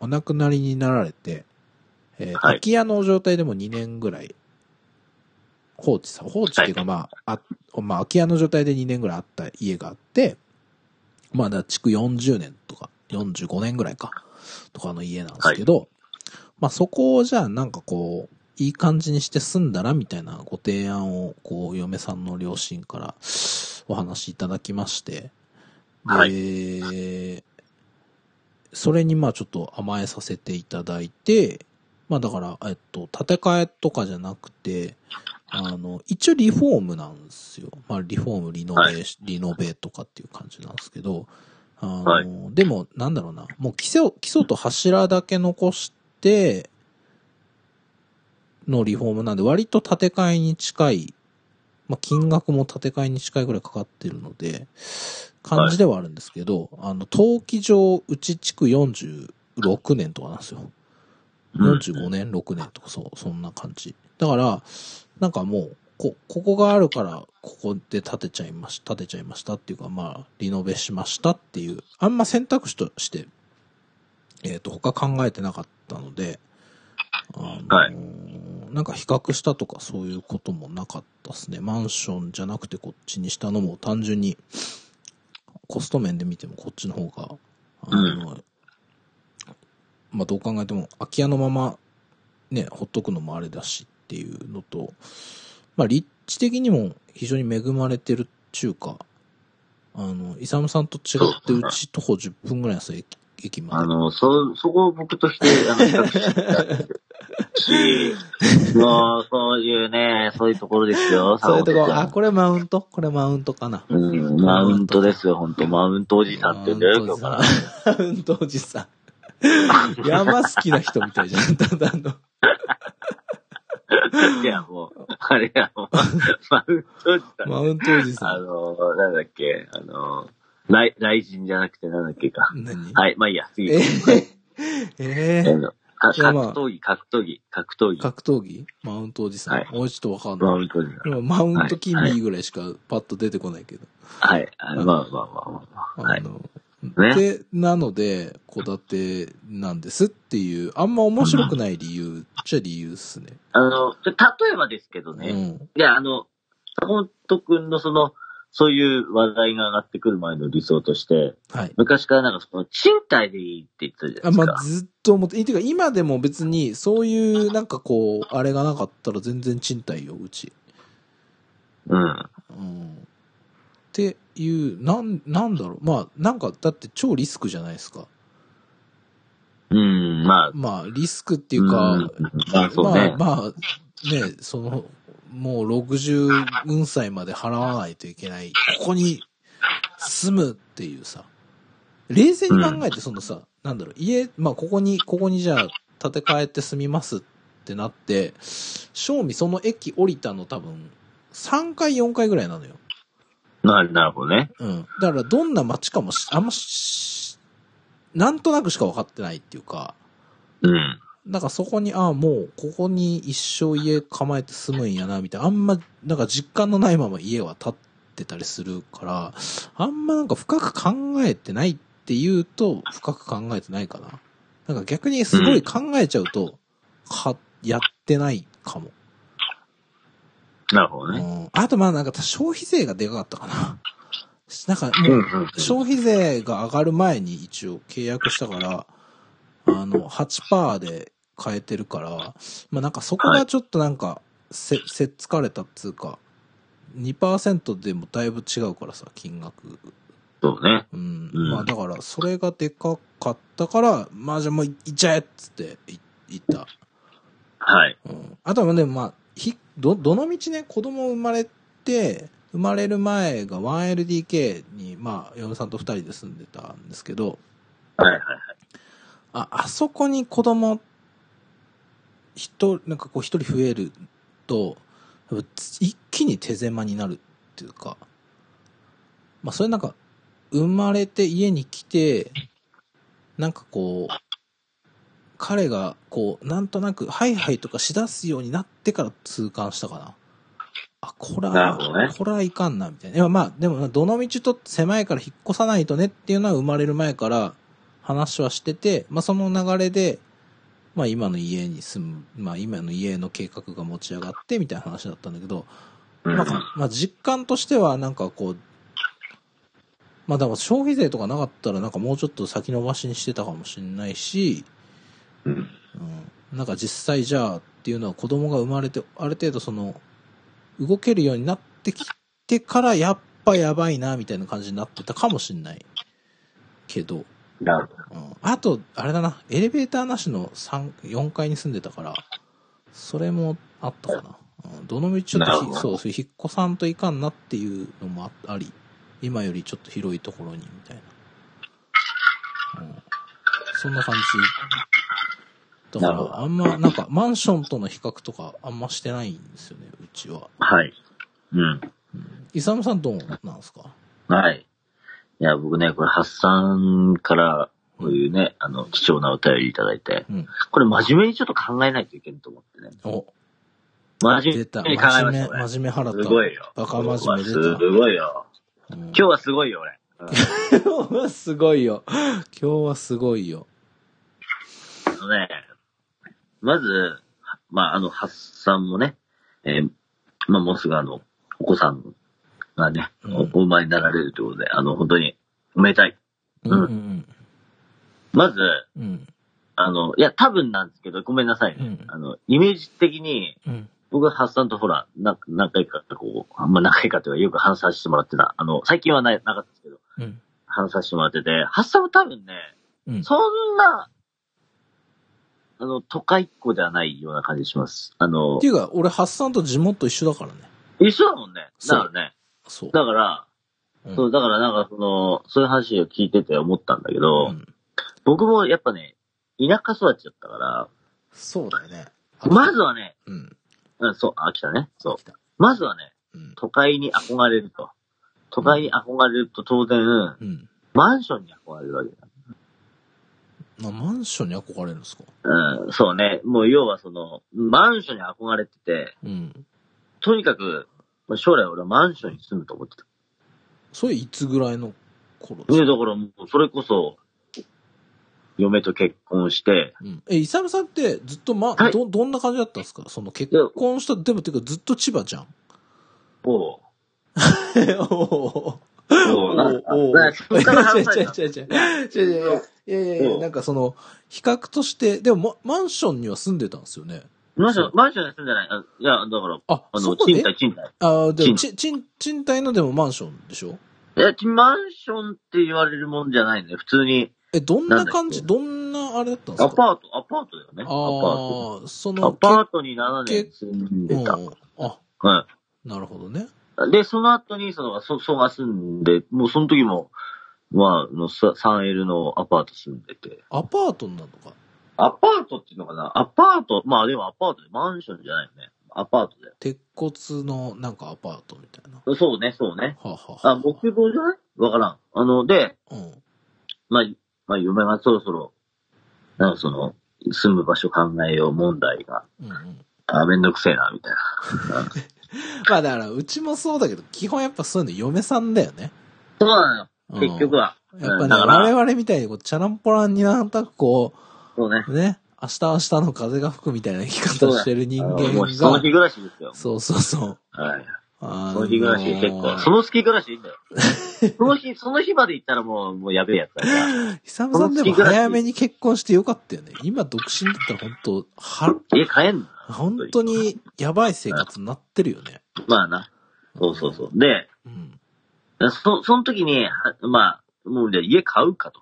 うお亡くなりになられて、えー
はい
空き家の状態でも2年ぐらい放置さ、放置っていうかまあ、あまあ空き家の状態で2年ぐらいあった家があって、まあだから築40年とか45年ぐらいか、とかの家なんですけど、まあそこをじゃあなんかこう、いい感じにして住んだらみたいなご提案を、こう、嫁さんの両親からお話しいただきまして、で、
は
それにまあちょっと甘えさせていただいて、まあだから、えっと、建て替えとかじゃなくて、あの、一応リフォームなんですよ。まあリフォーム、リノベ、
は
リノベとかっていう感じなんですけど、あの、
はい
でもなんだろうな、もう基礎を、基礎と柱だけ残して、のリフォームなんで、割と建て替えに近い、まあ、金額も建て替えに近いぐらいかかってるので、感じではあるんですけど、あの、登記上、うち地区46年とかなんですよ。
うん
45年、6年とか、そう、そんな感じ。だから、なんかもう、こ、ここがあるから、ここで建てちゃいました、建てちゃいましたっていうか、まあ、リノベしましたっていう、あんま選択肢として、えっ、と、他考えてなかったので、あのー
はい
なんか比較したとかそういうこともなかったですね。マンションじゃなくてこっちにしたのも単純に、コスト面で見てもこっちの方が、あの、まあ、どう考えても空き家のままね、ほっとくのもあれだしっていうのと、まあ、立地的にも非常に恵まれてるっちゅうか、あの、イサムさんと違って、うち徒歩10分ぐらいのす駅駅ま
あ
で。
の、そ、そこを僕として、あの、比較
<laughs>
してし、もう、そういうね、そういうところですよ、
そういうと
坂
こ、
本
あ、これマウントこれマウントかな。
君うん、マウントですよ、本当マウントおじさんって言うんだよ、今日から。
マウントおじさ
<laughs>
ん。山好きな人みたいじゃん。ただの。
<laughs> いや、もう、あれや、 <laughs> もう、マウントおじさん。
マウントおじさ
あ
ん。
のー、なんだっけ、あのー、雷雷神じゃなくてなんだっけか。
何
はい、まあいいや、次。
え
え
ー、えー
ーのか
いやまあ
格闘技、格闘技、格闘技。
格闘技マウントおじさん。
はい
もうちょっとわかん
マ
ない。
ウントおじさん。
でもマウントキンビーぐらいしかパッと出てこないけど。
はい、あのまあまあまあまあまあ。は
あ
い。
の、
ね
で、なので、戸建てなんですっていう、あんま面白くない理由っちゃ理由っすね。
あの、じゃ例えばですけど
う
ね、
ん。
いや、あの、坂本くんのその、そういう話題が上がってくる前の理想として、
はい。
昔からなんかその、賃貸でいいって言ってたじゃ
あ
ないで
ます
か。
あ、ずっと思って、いてか今でも別にそういうなんかこう、あれがなかったら全然賃貸よ、うち。
うん。
うん。っていう、なん、なんだろう。まあ、なんかだって超リスクじゃないですか。
うん、まあ、
まあ、リスクっていうか、
うんまあそうね。
まあ、まあ、ね、その、もう60運歳まで払わないといけない、ここに住むっていうさ、冷静に考えて、そのさ、なんだろう、家、まあ、ここに、ここにじゃあ、建て替えて住みますってなって、正味その駅降りたの多分、3回4回ぐらいなのよ。
なるなるほどね。
うん。だから、どんな街かもし、あんまし、なんとなくしか分かってないっていうか、
うん。
なんかそこに、ああ、もう、ここに一生家構えて住むんやな、みたいな。あんま、なんか実感のないまま家は建ってたりするから、あんまなんか深く考えてないって言うと、深く考えてないかな。なんか逆にすごい考えちゃうと、か、やってないかも。
なるほ
う
どね。
ん。あと、まあなんか消費税がでかかったかな。なんか
う
も
ん
う
う、ん
消費税が上がる前に一応契約したから、あの、8%で変えてるから、まあなんかそこがちょっとなんか、せ、せっつかれたっつうか、2%でもだいぶ違うからさ、金額。
そうね。
うん。
うん
まあだから、それがでかかったから、まあじゃあもう行っちゃえっつってい行った。
はい。
うん。あとはね、まあ、ひ、ど、どの道ね、子供生まれて、生まれる前が 1LDK に、まあ、嫁さんと二人で住んでたんですけど、
はいはい。
あ、あそこに子供、一人、なんかこう一人増えると、やっぱ一気に手狭になるっていうか、まあそれなんか、生まれて家に来て、なんかこう、彼が、こう、なんとなく、ハイハイとかしだすようになってから痛感したかな。あ、こら、
なるほどね
こらいかんな、みたいな。いやまあ、でもな、どの道と狭いから引っ越さないとねっていうのは生まれる前から話はしてて、まあその流れで、まあ今の家に住む、まあ今の家の計画が持ち上がってみたいな話だったんだけど、
うん。
まあ、まあ実感としてはなんかこう、まあだから消費税とかなかったらなんかもうちょっと先延ばしにしてたかもしれないし、
うん。
うん、なんか実際じゃあっていうのは子供が生まれて、ある程度その、動けるようになってきてからやっぱやばいなみたいな感じになってたかもしれないけど、うん、
なるほど。
あと、あれだな、エレベーターなしの3、4階に住んでたから、それもあったかな。うん、どの道ちょっ
なる
と
ほ
ひ、
ど
そうそう、引っ越さんといかんなっていうのもああり、今よりちょっと広いところに、みたいな。うん、そんな感じ。だか
なるほ
ら、あんま、なんか、マンションとの比較とか、あんましてないんですよね、うちは。
はい。うん。
イサムさんどうなんですか
はい。いや、僕ね、これ、ハッサンから、こういうね、あの、貴重なお便りいただいて、
うん。
これ真面目にちょっと考えないといけんと思ってね。
お、
真面
出た。
目に考え
真
ま
面
し
目、
た、ね。
真面目原田。
すごいよ。
バカ真面目出た
すごいよ。
うん
今日はすごいよ、俺。うん
今日はすごいよ。今日はすごいよ。
あのね、まず、まあ、あの、ハッサンもね、えーまあ、もうすぐあの、お子さんがね、
うん
おお生まれになられるということで、あの、本当に、おめでたい。
う
うんん
うん
まず、
うん。うん
あの、いや、多分なんですけど、ごめんなさいね。
うん
あの、イメージ的に、
うん。
僕はハッサンとほら、な何回か、こう、あんま何回かというか、よく話させてもらってた。あの、最近はないなかったですけど、
うん。
話させてもらってて、ハッサンも多分ね、
うん。
そんな、あの、都会っ子ではないような感じします。あの
って、いうか、俺、ハッサンと地元一緒だからね。
一緒だもんね。
そ
だ
う
からね。
そう。
だから、
うん
そう、だからなんかその、そういう話を聞いてて思ったんだけど、
うん
僕もやっぱね、田舎育ちだったか
そうだよね。
ら、まずはね、
うん。
うん、そう、あ、来たね。そう
来。た
まずはね、
うん。
都会に憧れると。都会に憧れると当然、
うん。
マンションに憧れるわけだ。
まあマンションに憧れるんですか
うん、そうね。もう要はその、マンションに憧れてて、
うん。
とにかく、まあ将来俺はマンションに住むと思ってた。
それいつぐらいの頃です
ね、
か
だからもう、それこそ、嫁と結婚して、
うん。え、イサムさんってずっとま、
はい
ど、どんな感じだったんですかその結婚した、でもっていうかずっと千葉じゃ
<laughs>
ん。
も
おー
う、もう、なんか、なんかそっから話された
<laughs> 違う違う違う違う違ういやいやいや、なんかその、比較として、でもママンションには住んでたんですよね。
マンション、マンションに住んでない。あいや、だから、
あ、
あ
そ
の、
こで
賃、貸、賃貸。
あでも、
賃
ち、賃、賃貸のでもマンションでしょ
いや、ちマンションって言われるもんじゃないね。普通に、
え、どんな
なんだっけ
感じ、どんなあれだったんです
ア
か
パート、アパートだよね。アパー
ああ、そ
ト。ア
の、
パートに7年住ん
け
でた。
うんあ、
う
なるほどね。
ん。で、その後に、その、そ、そが住んで、もうその時も、まあ、あの、さ 3L のアパート住んでて。
アパートなのか。
アパートっていうのかなアパート、まあでもアパートでマンションじゃないよね。アパートだよ。
鉄骨のなんかアパートみたいな。は
そうね、そうね。
あ、はあはあ、
あ、木造じゃないわからん。あの、で、
うん。
まあ、まあ、嫁がそろそろ、なんかその、住む場所考えよう問題が、
うんうん。
あ、めんどくせえな、みたいな。
まあだから、うちもそうだけど、基本やっぱそういうの嫁さんだよね。
そうな
うん
のよ。結局は。
やっぱ
う
ね、
んだから
我々みたいにこう、チャランポランになんたくこ
そうね。
う、ね、明日明日の風が吹くみたいな生き方してる人
あの
間
もう、その
が、
日暮らしですよ。
そうそうそう。
はい。
あ
その日暮らし結構。その月暮らしいいんだよ。 <laughs> その日、その日まで行ったらもう、もうやべえやつだから。
久々でも
この月ぐらい
早めに結婚してよかったよね。今独身だったら本当は、
家帰んの
本当にやばい生活になってるよね。
まあな。そうそうそう。で、
うん。
そ、その時に、はまあ、もうじゃあ家買うかと。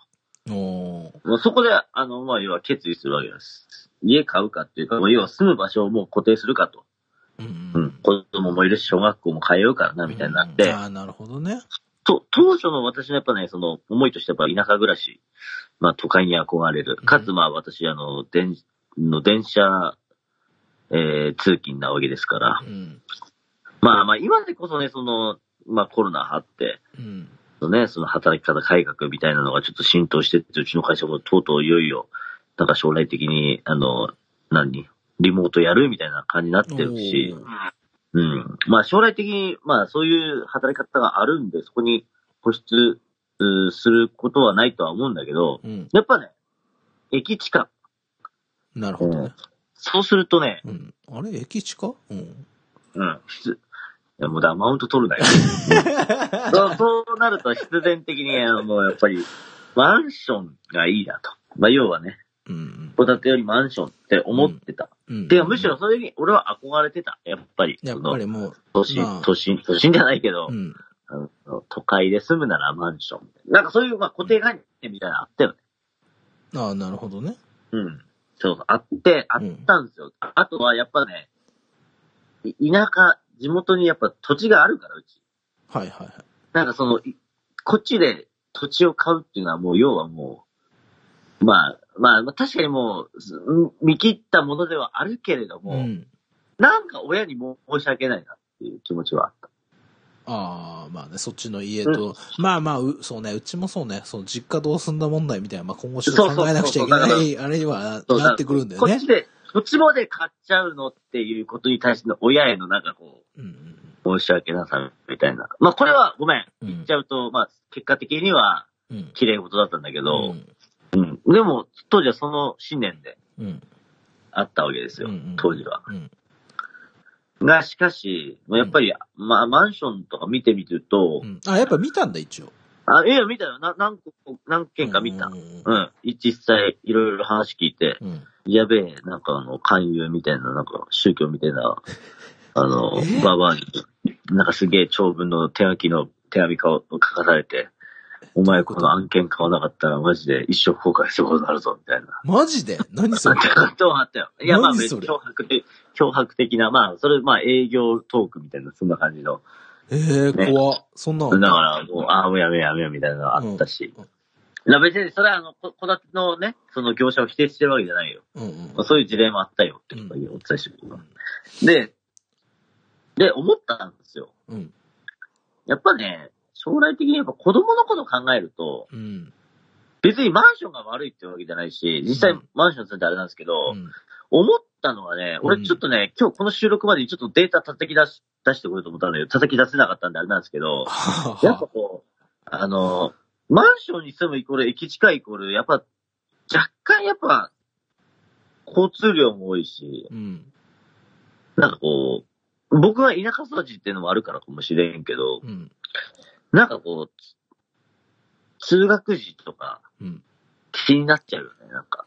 おー
もうそこで、あの、まあ、要は決意するわけです。家買うかっていうか、もう要は住む場所をもう固定するかと。
うん
う。
うんん。
子供もいるし、小学校も通うからな、みたいになって。
ああ、なるほどね。
と、当初の私のやっぱね、その、思いとしてはやっぱ田舎暮らし、まあ、都会に憧れる。かつ、まあ、私、あの、電、の電車、えー、通勤なわけですから
う。ん。
まあまあ、今でこそね、その、まあ、コロナあって、
うん。
ね、その働き方改革みたいなのがちょっと浸透してって、うちの会社もとうとういよいよだから将来的に、あの、何リモートやるみたいな感じになってるし
おー、
うん。まあ将来的に、まあそういう働き方があるんで、そこに固執うんすることはないとは思うんだけど、
うん。
やっぱね、駅近。
なるほどね。
そうするとね、
うん。あれ駅地かうん。
うん、必いや、もうだ、マウント
<laughs>
取るなよ。そうそうなると必然的に、あの、もうやっぱり、マンションがいいなと。まあ要はね、
うん。
戸建てよりマンションって思ってた。
うん。
てか、むしろそれに俺は憧れてた。やっぱり。
やっ
そ
ぱ
の
りもう、
都心、
まあ
都心、都心じゃないけど、
うん。
あの都会で住むならマンション。なんかそういう、まあ、固定概念みたいなのあったよね。
ああ、なるほどね。
うん。そうそう、あって、あったんですよ。あとはやっぱね、い田舎、地元にやっぱ土地があるから、うち。
はいはいはい。
なんかその、いこっちで土地を買うっていうのはもう、要はもう、まあ、まあ、まあ確かにもうす、ん見切ったものではあるけれども、
うん。
なんか親にも申し訳ないなっていう気持ちはあった。
ああ、まあね、そっちの家と、まあまあ、うそうね、うちもそうね、その実家どうすんだ問題みたいな、まあ今後ちょっと考えなくちゃいけな
そうそうそう
い、あれには
そう
なってくるんだよ
こっ
ね
ち。で、こっちまで買っちゃうのっていうことに対しての親へのなんかこ
うんうん
う、申し訳なさみたいな。まあこれはごめん、
うん。うん
言っちゃうと、まあ結果的には
うん。
綺麗事だったんだけ
う
ど、
ん
うん。でも当時はその信念で
うん。
あったわけですよ
うんうん、
当時は。
うん。
が、しかし、まあやっぱり、まあマンションとか見てみると
う、んあ、やっぱ見たんだ、一応。
あ、いや見たよ。な何個、何件か見た
うん。うん
うん。実際いろいろ話聞いて、
うん。うん
やべえ、なんかあの、勧誘みたいな、なんか宗教みたい
<laughs>
な、あの
え、
ババアに、なんかすげえ長文の手書きの手紙を書かされて、お前この案件買わなかったらマジで一生後悔することになるぞ、みたいな。
マジで何そ
なん <laughs>
れ
てこともあったよ。いや、まあ、
何
脅
それ
迫的、脅迫的な、まあ、それ、まあ、営業トークみたいな、そんな感じの。
ええ、怖っ。そんな
だ
の
か。ら、もう、ああ、もうやめようやめようみたいなのあったし。
うん
な別に、それは、あの、こ、こだてのね、その業者を否定してるわけじゃないよ。
うんうん。
まあ、そういう事例もあったよってことをお伝えしておくで、で、思ったんですよ。
うん。
やっぱね、将来的にやっぱ子供のこと考えると、
うん。
別にマンションが悪いってわけじゃないし、実
う
際
ん
マンション住んであれなんですけど、
うん
思ったのはね、俺ちょっとね、今日この収録までにちょっとデータ叩き出し、出してこようと思ったんだけど、叩き出せなかったんであれなんですけど、
はあ
やっぱ
は
こう、あの、マンションに住むイコール、駅近いイコール、やっぱ、若干やっぱ、交通量も多いし、
うん。
なんかこう、僕は田舎育ちっていうのもあるからかもしれんけど、
うん。
なんかこう、通学時とか
うん。
気になっちゃうよね、なんか。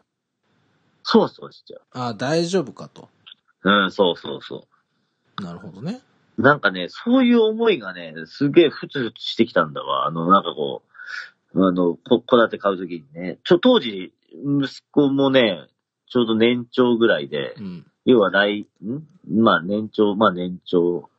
そわそわしちゃ
あ、大丈夫かと。
う。うん、そうそうそ
なるほどね。
う。なんかね、そういう思いがね、すげえふつふつしてきたんだわ。あの、なんかこう、あの、こ、戸建て買うときにね、ちょ、当時、息子もね、ちょうど年長ぐらいで
う、ん。
要は来、んまあ年長、まあ年長、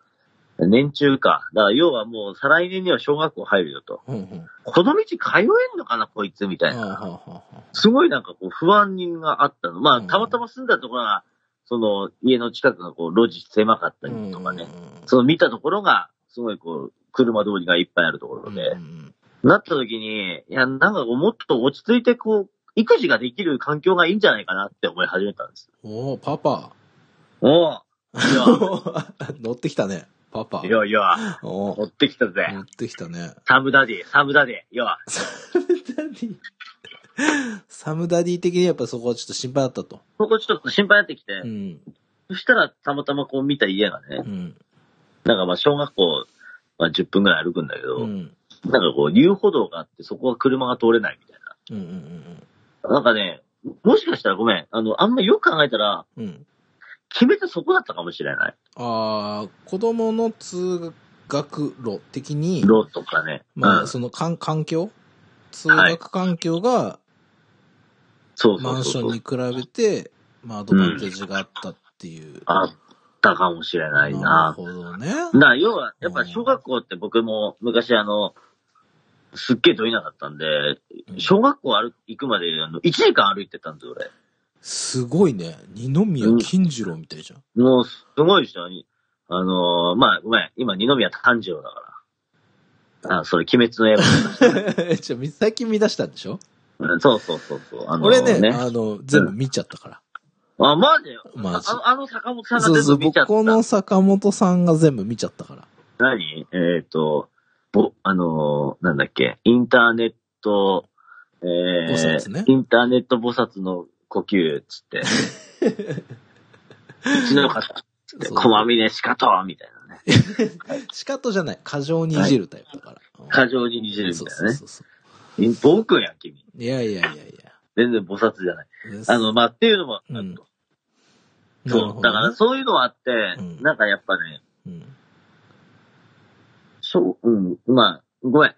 年中か。だから要はもう再来年には小学校入るよと。
ほんほん。
この道通えんのかな、こいつみた
あ
い
あ、
な。
はあはあはあ。
すごいなんかこう不安人があったの。まあ
うん
たまたま住んだところが、その家の近くがこう路地狭かったりとかね。その見たところが、すごいこう、車通りがいっぱいあるとこ
う
ろ
ん。
で。
うん
なった時に、いや、なんかこうもっと落ち着いてこう、育児ができる環境がいいんじゃないかなって思い始めたんです。
おおパ
<laughs>
パ。
おういや
乗ってきたね。パパ
い。やいや。
お
持
ー
ってきたぜ。
乗ってきたね。
サムダディ、サムダディ。要は、
サムダディ。サムダディ的にやっぱそこはちょっと心配だったと。
ここちょっと心配になってきて、
うん。
そしたらたまたまこう見た家が
う
ね、
ん。
なんかまあ小学校、まあ10分ぐらい歩くんだけど、
うん。
なんかこう遊歩道があってそこは車が通れないみたい
うん。うん。
な。なんかね、もしかしたらごめん、あの、あんまよく考えたら、
うん。うん。
決めてそこだったかもしれない。
ああ、子供の通学路的に、
ローとかね。
ま
う
あ、
ん。
その環環境通学環境が
そうそ
マ
う
ンシ
そ
ョン
う
に
そう。
比べて、まあ、アドバンテージがあったっていう。
あったかもしれない
なる
な。
ほどね。
だから要は、やっぱ小学校って僕も昔あの、すっげえどいなかったんで、小学校歩行くまで、あの、1時間歩いてたんですよ、俺。
すごいね。二宮金次郎みたいじ <laughs> ゃん。
もう、すごい人に。あのー、まあ、ごめん。今、二宮炭治郎だから。あ、それ、鬼滅の刃。
じゃあ、最近見出したんでしょ
うん <laughs> そうそうそうそう。あの
俺ね、
ね
あの、全部見ちゃったから。
あ、マジ
マジ
あのあの坂本さんが
そう
全
そう、
部見
僕
ちゃった。
の坂本さんが全部見ちゃったから。
何えっ、と、ぼ、あのーなんだっけ、インターネット、え
菩
ー
薩ね
インターネット菩薩の呼吸、
<laughs>
つって。うちの方、
そう
こまみねしかと、みたいなね。
仕方じゃない。過剰にいじるタイプだから。うん
過剰にいじるみ
そう
たい
そう
なね
そうそう。。
僕やん、君。
いやいやいやい
全然菩薩じゃない。
や。
あの、まあ、っていうのも、
うん
あの
なる
そう、
ほ
だ
ど
から
ね
そういうのあって、
うん
なんかやっぱね、
うん <laughs>
そう、うん、まあ、ごめん。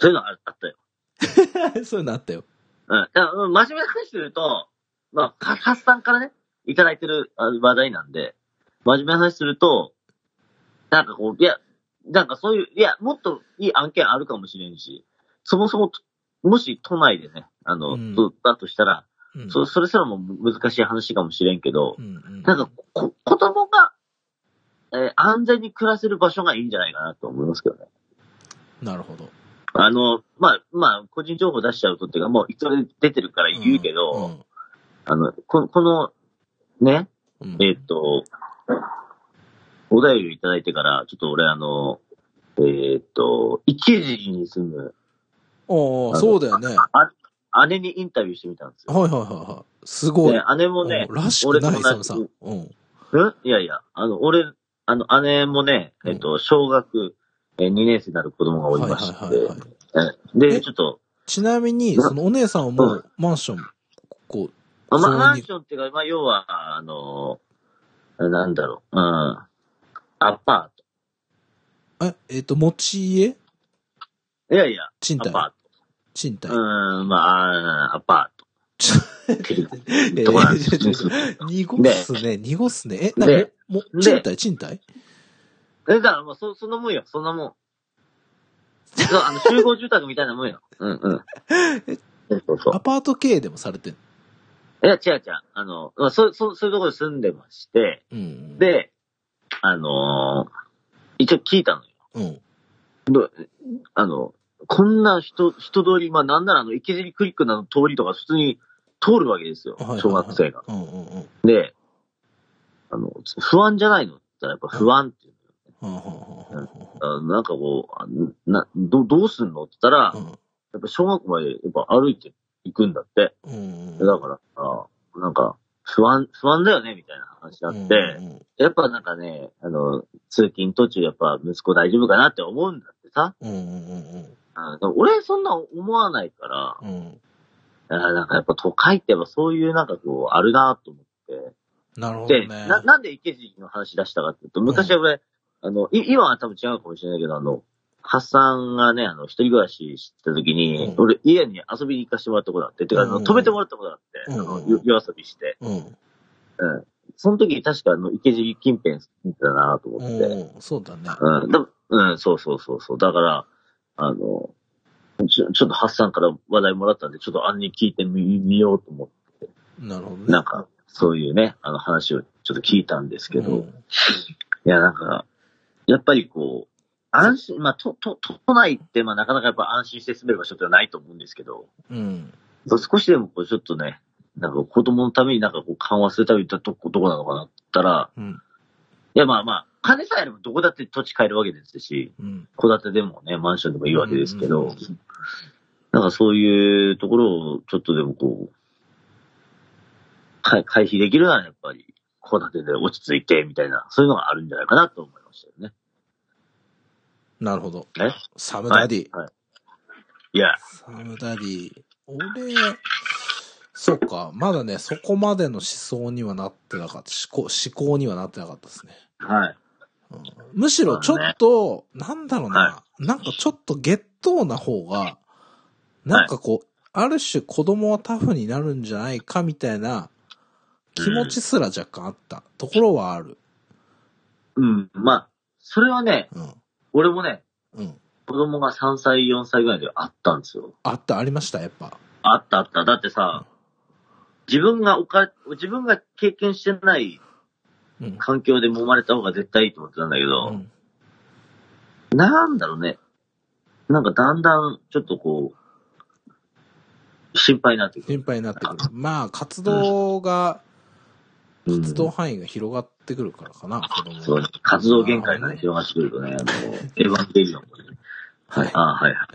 そういうのああったよ。
そういうのあったよ。
うん。だからうん真面目な話すると、まあ、か、かすさんからね、いただいてるあ話題なんで、真面目な話すると、なんかこう、いや、なんかそういう、いや、もっといい案件あるかもしれんし、そもそも、もし都内でね、あの、
うん
そうだとしたら、
うん
そ、それすらも難しい話かもしれんけど
う、んうん
なんか、こ、子供が、えー安全に暮らせる場所がいいんじゃないかなと思いますけどね。
なるほど。
あの、まあ、まあ、個人情報出しちゃうとっていうか、もう、いつも出てるから言うけど、あの、ここの、ね、
うん、うん
えーっ、と、お便りをいただいてから、ちょっと俺あの、えーっ、と、一時期に住む
おー
あの
そうだよね。はい
姉にインタビューしてみたんですよ。
はいはいはい。すごい。
で姉もね
お、らしくない、
俺と
サ
同
ム
じ
さん。うん。
うんいやいや、あの、俺、あの、姉もね、えーっ、と、小学2年生になる子供がおりまして、
はいはいはいはい
えで、
え
ちょっと、
ちなみに、そのお姉さんはもうマンション、こ
まあ、
そう
マンションっていうか、まあ、要は、あの、なんだろう、うん、アパー
う、え、えっ、と、持ち家
ト。いやいや、
賃
ア
貸
パ
賃
ー
貸
ト。。うん、まあ、アパート。 <laughs>
えー
とこなんです
ちょちょちょ <laughs> 濁すね、濁すね。え、なに
で
も、
で
賃貸、賃貸
え、だからもう、そ、そんなもんよ、そんなもん。そう、あの、集合住宅みたいなもんよ。うんうん。そうそ
アパート経営でもされてん
う。いや、違う違う。あの、まあ、そう、そう、そういうところに住んでまして、
のうん。、
で、あのー一応聞いたのよ。
うん。
あの、こんな人、人通り、まあ、なんならあの、池尻クリックなの通りとか普通に通るわけですよ
はいはいは。い
小学生が。
うんうんうん。
で、あの、不安じゃないのって言ったらやっぱ不安っていう
はんはんはんはんは
あのなんかこう、あのな、ど、どうすんのって言ったら、
んはん
やっぱ小学校までやっぱ歩いて行くんだって。
うん。うん。
だから、あなんか、不安、不安だよね、みたいな話があって、
うんうん
やっぱなんかね、あの、通勤途中やっぱ息子大丈夫かなって思うんだってさ。
うんうんうん
あでも俺そんな思わないか
うん。うん。
ら、あなんかやっぱ都会ってやっぱそういうなんかこう、あるなと思って。
なるほど
で、
ね。
な、なんで池尻の話出したかっていうと、昔は俺、あの、い、今は多分違うかもしれないけど、あの、ハッサンがね、あの、一人暮らししてた時に、
うん
俺、家に遊びに行かせてもらったことあって、てか、あ
う
の、
ん
止めてもらったことあって、
うん
あの、夜夜遊びして、
うん。
うん。その時確か、あの、池尻近辺だなと思って、うん
うん。そうだね。。
でもうん、そうそうそうそう。だから、あの、ちょ、ちょっとハッサンから話題もらったんで、ちょっとあんに聞いてみ、見ようと思って、
なるほどね。
なんか、そういうね、あの話をちょっと聞いたんですけど、
うん
いや、なんか、やっぱりこう、安心、まあ、と、と、都内って、まあ、なかなかやっぱ安心して住める場所ではないと思うんですけど、
うん。
そう少しでもこう、ちょっとね、なんか子供のためになんかこう緩和するためにどこ、どこなのかなって言ったら、
うん。
いや、まあまあ、金さえあればどこだって土地買えるわけですし、
うん。
戸建てでもね、マンションでもいいわけですけど、
うんうんう
なんかそういうところをちょっとでもこう、か回避できるならやっぱり、戸建てで落ち着いてみたいな、そういうのがあるんじゃないかなと思いましたよね。
なるほど。
ね
サムダディ。
いや、
サムダディ。俺、そうか。まだね、そこまでの思想にはなってなかった。思考、思考にはなってなかったですね。
はい。
うんむしろちょっと、なんだろうな
は、
なんかちょっとゲットーな方が、なんかこう、ある種子供はタフになるんじゃないかみたいな気持ちすら若干あったところはある。
うん。まあ、それはね、
うん。
俺もね、
うん。
子供が3歳、4歳ぐらいであったんですよ。
あった、ありました、やっぱ。
あったあった。だってさ、自分がおか、自分が経験してない
うん。
環境で揉まれた方が絶対いいと思ってたんだけ
う
ど、
ん
なんだろうね。なんかだんだん、ちょっとこう、心配になってくる。
心配になってくる。まあ、活動が、
うん
活動範囲が広がってくるからかな、子供
そうね。活動限界がね、広がってくるとね、あの、 <laughs> エヴァンゲリオンもね。はい。あはいはい。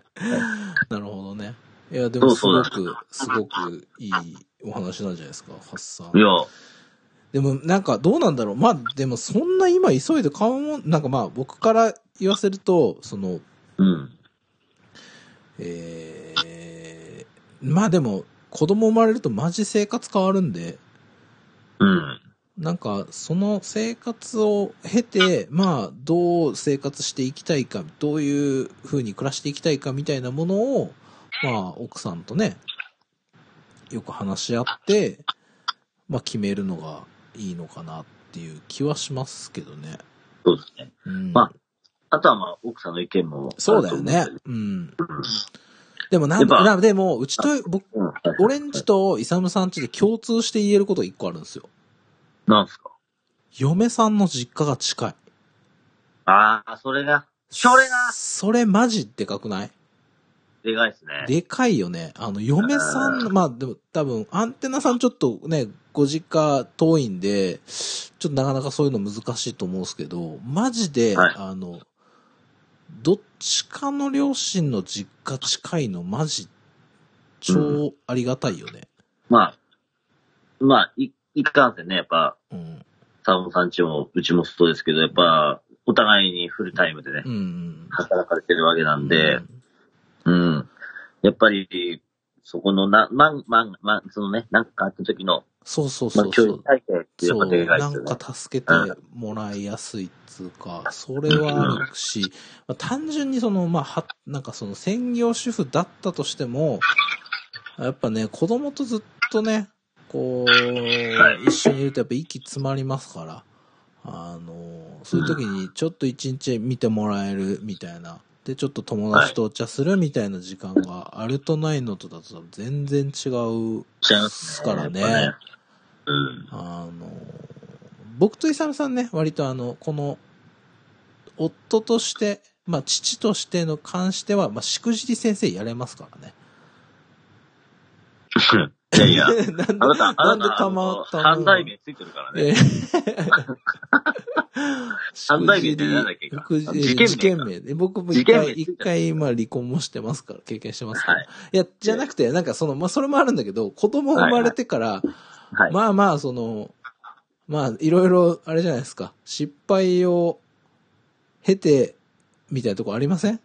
なるほどね。いや、でもすご
そう
く、すごくいいお話なんじゃないですか、発散
い。や、
でもなんかどうなんだろう。まあ、でもそんな今急いで買うもん、なんかまあ僕から言わせると、その、
うん。
えー、まあでも子供生まれるとマジ生活変わるんで、
うん。
なんか、その生活を経て、まあ、どう生活していきたいか、どういう風に暮らしていきたいかみたいなものを、まあ、奥さんとね、よく話し合って、まあ、決めるのがいいのかなっていう気はしますけどね。
そうですね。
うん。
まああとはまあ、奥さんの意見も。
そうだよね。。うん。
うん。
でもなん
やっ
だ、
ぱ
なでも、うちと、僕、
うんはいはい。
オレンジとイサムさんちで共通して言えることが一個あるんですよ。
なんすか
嫁さんの実家が近い。
ああ、それが、それが、
それマジでかくない
でかいですね。
でかいよね。あの、嫁さんの、まあでも多分、アンテナさんちょっとね、ご実家遠いんで、ちょっとなかなかそういうの難しいと思うんですけど、マジで、
はい
あの、どっちかの両親の実家近いの、マジ、超ありがたいよね。
まあ、まあ、い、いかんせんね、やっぱ、
うん。
サボさんちも、うちもそうですけど、やっぱ、お互いにフルタイムでね
う、ん。
働かれてるわけなん
う
で、
ん
うん。やっぱり、そこのな、まん、まん、まん、そのね、なんかあった時の、
そうそう
ま
そ
あ、
う
教
そう
育。体系っていう
そ
の
う、
がでかい
な
ですよ
ん
ね。
か助けてもらいやすいっつうか、それはあるし、まあ、単純にその、まあ、は、なんかその専業主婦だったとしても、やっぱね、子供とずっとね、こ
は
う、一緒にいるとやっぱ息詰まりますから、あの、そういう時にちょっと一日見てもらえるみたいな、で、ちょっと友達とお茶するみたいな時間があるとないのとだと全然違う
違いますね。
からね
やっぱうん。
あの、僕とイサムさんね、割とあの、この、夫として、まあ、父としての関しては、まあ、しくじり先生やれますから
<laughs>
ね。
いやいや、
<laughs> なんで、
あなた、
な
あ
ん
な
で
た、
た
あ
ま
の
った
犯罪名ついてるからね。
え
<laughs>
え
犯罪名ってなんだっけか
しくじり
事件名
事件
か
名で。僕も一
事件名
回、
ついて
一
る
回、まあ離婚もしてますから、経験してますから。
はい
い、や、じゃなくて、なんかその、まあそれもあるんだけど、子供生まれてから、
はい。
まあまあ、その、まあ、いろいろ、あれじゃないですか。失敗を経て、みたいなとこありません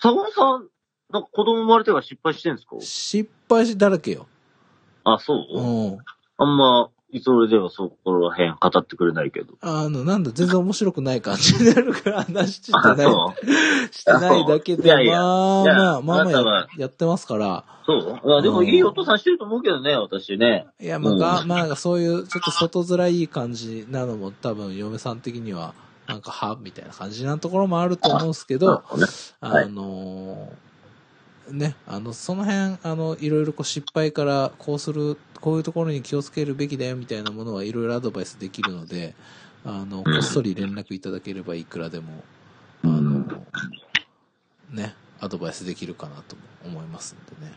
サボさん、なんか子供生まれてから失敗してんすか
失敗しだらけよ。
あ、そうう、
ん。
あんま、いつ俺ではそこら辺語ってくれないけど。
あの、なんだ、全然面白くない感じになるから、話してな
あ、
い、
そう
してないだけで、
いやいや
まあ
いや
まあ、まあま
あ
あ
なた
や
は
やってますから。
そういやでもいいお父さんしてると思うけどね、私ね。
いや、まあ、が
うん
まあ、そういう、ちょっと外面いい感じなのも、多分、嫁さん的には、なんか、は、みたいな感じなところもあると思うんですけど、
そうねは
あ
い
のーね、あの、その辺、あの、いろいろこう失敗から、こうする、こういうところに気をつけるべきだよみたいなものはいろいろアドバイスできるので、あの、こっそり連絡いただければいくらでも、あ
う
の
ん、
ね、アドバイスできるかなと思いますんでね。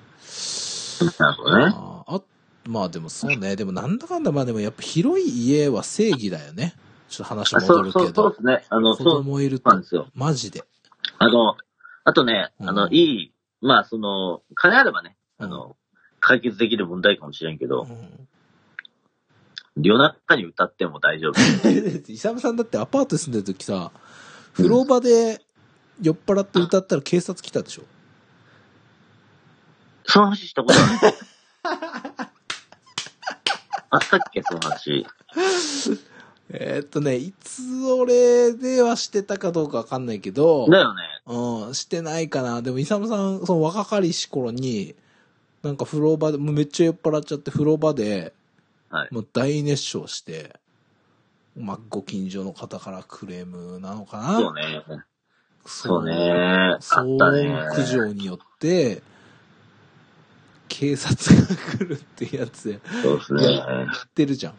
なるほどね。
あーあまあでもそうね、でもなんだかんだまあでもやっぱ広い家は正義だよね。ちょっと話
あそ
戻
う
る
そ
け
う、そ
ど
うで。すね。あの、
子
そう
供いると
なん、ですよ。
マジで。
あの、あとね、あ
う
の、
ん
いい、まあ、その、金あればね、
うん
あの、解決できる問題かもしれんけ
う
ど、
ん
夜中に歌っても大丈夫。
<laughs> イサムさんだってアパートに住んでる時さ、風呂場で酔っ払って歌ったら警察来たでしょ
その話したことあるあったっけ、その話。
えーっとね、いつ俺ではしてたかどうかわかんないけど、
だよね。
うん、してないかな。でもイサムさん、その若かりし頃に、なんか風呂場で、もうめっちゃ酔っ払っちゃって風呂場で、
はい
もう大熱唱して、まあ、ご近所の方からクレームなのかな
そうね。そうね。
そう
あった
騒
ね
音。苦情によって、警察が来るってやつやっ
そうですね。
てるじゃん。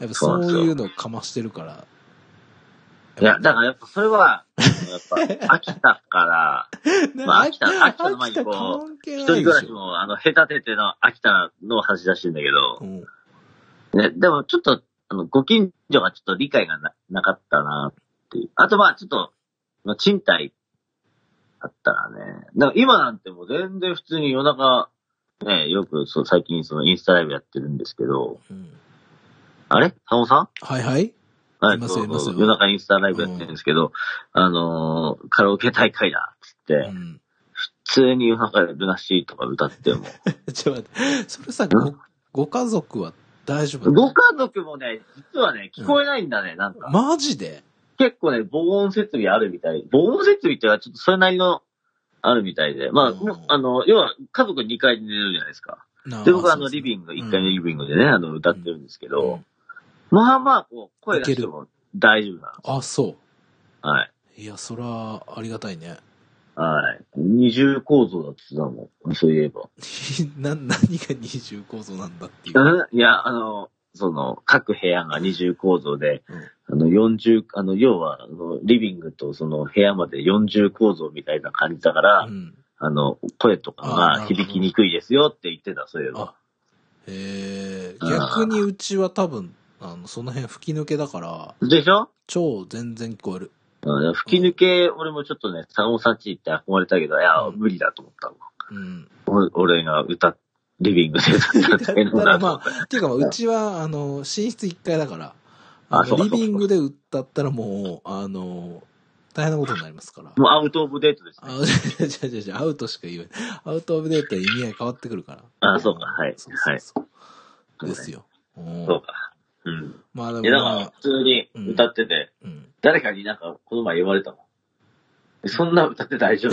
やっぱそういうのをかましてるから、
いや、だからやっぱそれは、や
<laughs>
っぱ、秋田から、まあ秋田秋田の前にこう
関係
一
ない
人暮
で
ら
し
し
ょ。
も、あの、隔てての秋田の話出してんだけど、
うん
ね、でもちょっと、あの、ご近所がちょっと理解がななかったなっていう。あとまあちょっと、まあ、賃貸あったらね。だから今なんてもう全然普通に夜中、ね、よくそう最近そのインスタライブやってるんですけど、
うん。
あれタモさん
はいはい。
はい
ます
そう
います
そう
よ
夜中インスタライブやってるんですけど、あのーカラオケ大会だっつって、
うん。 <laughs>
普通に夜中ルナシーとか歌っても。
ちょっと待って、それさ、ご、ご家族は大丈夫
ご家族もね、実はね、聞こえないんだね、なんか。
マジで
結構ね、防音設備あるみたい。防音設備ってのはちょっとそれなりの、あるみたいで。まあ、
うん
もうあの、要は、家族2階で寝るじゃないですか。
な
で、僕はあの、リビ
ン
ング、1階のリビングでね、あの、歌ってるんですけど、まあまあ、こう、声出しても大丈夫な
あ、そ
の。はい。
う。いや、そら、ありがたいね。 <laughs>
はい。二重構造だって言ってたもん、そういえば。
な、何が二重構造なんだっていう。
<laughs> うんいや、あの、その、各部屋が二重構造で、
うん
あの、四重、あの、要は、あのリビングとその部屋まで四重構造みたいな感じだから、
うん。
あの、声とか
あーなる
が
ほど
響きにくいですよって言ってた、そういうの。
あ、へえ。
うん
逆にうちは多分、あの、その辺吹き抜けだから、
でしょ
超全然聞こえる。
うん吹き抜け、俺もちょっとね、坂本さんち行って憧れたけど、いや、
うん
無理だと思ったも
うん。
ん。お俺が歌っ、リビングで歌
<laughs> だ
っ
ったた
けど
ら
なと思
ま
った。
あ、っていうかまあ、うちは、あの、寝室1階だから、
あ
あの
そうか
リビングで歌ったらもう、あの、大変なことになりますから。
もうアウトオブデートですね。
あ、 <laughs> 違う違う違う違う、アウトしか言えない。アウトオブデートは意味合い変わってくるから。
あそうかはい
そうそうそう
はい
ですよ。うん
そうか。うん。
まあでも
いや、だか
ま
ら
あ、
普通に歌ってて、
うん。
誰かになんかこの前言われたもん。えそんな歌っ
<laughs>
て大丈夫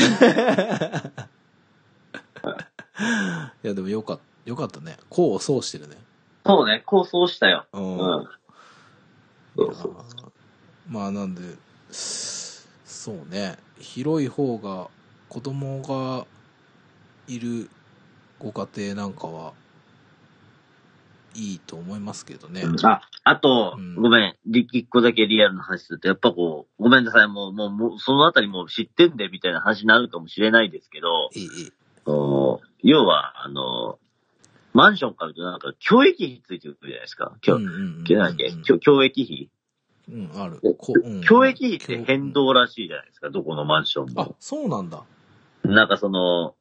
<laughs>
いや、でもよかった、よかったね。功を奏してるね。
そうね、構想したよ。
う。
うんん。そうそう。
いやまあなんで、そうね。広い方が、子供がいるご家庭なんかは、いいと思いますけどね。
あ、あと、
うん
ごめん、り一個だけリアルな話すると、やっぱこう、ごめんなさい、もう、もう、もうそのあたりもう知ってんで、みたいな話になるかもしれないですけど、
いい、いい。
こう要は、あの、マンションからとなんか、教育費ついてくるじゃないですか。教、
うんうんうんうん
なんだっけ、教教育費、
うん、ある。こうん
教育費って変動らしいじゃないですか、どこのマンション
あ
も。、
そうなんだ。
なんかその、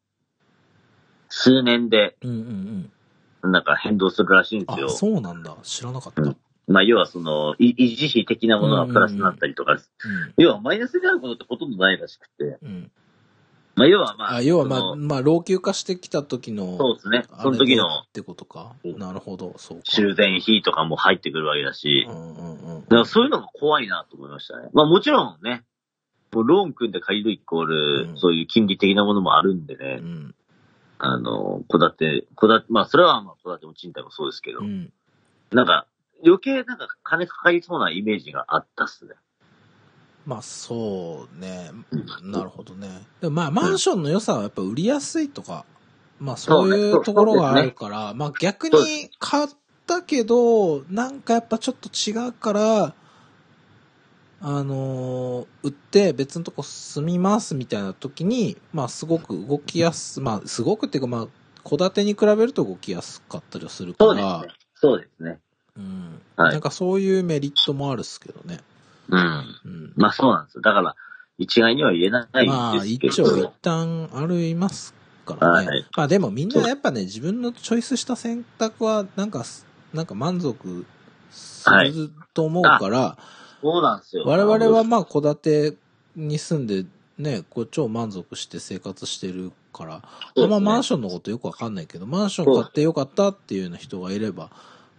数年で、
うんうんうん。
なんか変動するらしいんです
あ、
よ。
そうなんだ。知らなかった。う
うんん。まあ、要はその、い維持費的なものがプラスになったりとか、要はマイナスになることってほとんどないらしくて。
うん。
まあ、要はまあ、
あ、要はま
そ
あ、
の
まあ、老朽化してきた時の、
そうですね。
あ
そ
れ
の
で
時
っ
の
てことか。
うん
なるほど、そうか。
修繕費とかも入ってくるわけだし、
う
だか
んうんうん。
らそういうのが怖いなと思いましたね。まあもちろんね、もうローン組んで借りるイコール、
うん
そういう金利的なものもあるんで
う
ね、
ん。
あの、戸建て、戸建て、まあそれはまあ戸建ても賃貸もそうですけど、
うん。
なんか余計なんか金かかりそうなイメージがあったっすね。
まあ、そうね。
うん
なるほどね。でもまあ、マンションの良さはやっぱ売りやすいとか、まあそうい
そう
う
ね
ところが
そうで
あ
すね
るから、まあ逆
そう
に買ったけど、なんかやっぱちょっと違うから、あのー売って別のとこ住みますみたいな時に、まあすごく動きやす、まあすごくっていうかまあ、戸建てに比べると動きやすかったりはするか
そうで
ら、
すね。そうですね。
うん。
はい
なんかそういうメリットもあるっすけどね。
うん。
うん。
まあそうなんですよ。だから、一概には言えない
まあ、
です
一
け
長一
ど、
短ありますからね。
はい
まあでもみんなやっぱね、自分のチョイスした選択は、なんかす、なんか満足す
はい
ると思うから、
そうなんですよ。
我々はまあ、戸建てに住んで、ね、こう超満足して生活してるから、
そ
あん
うです
ま
ね
マンションのことよくわかんないけど、マンション買ってよかったっていうような人がいれば、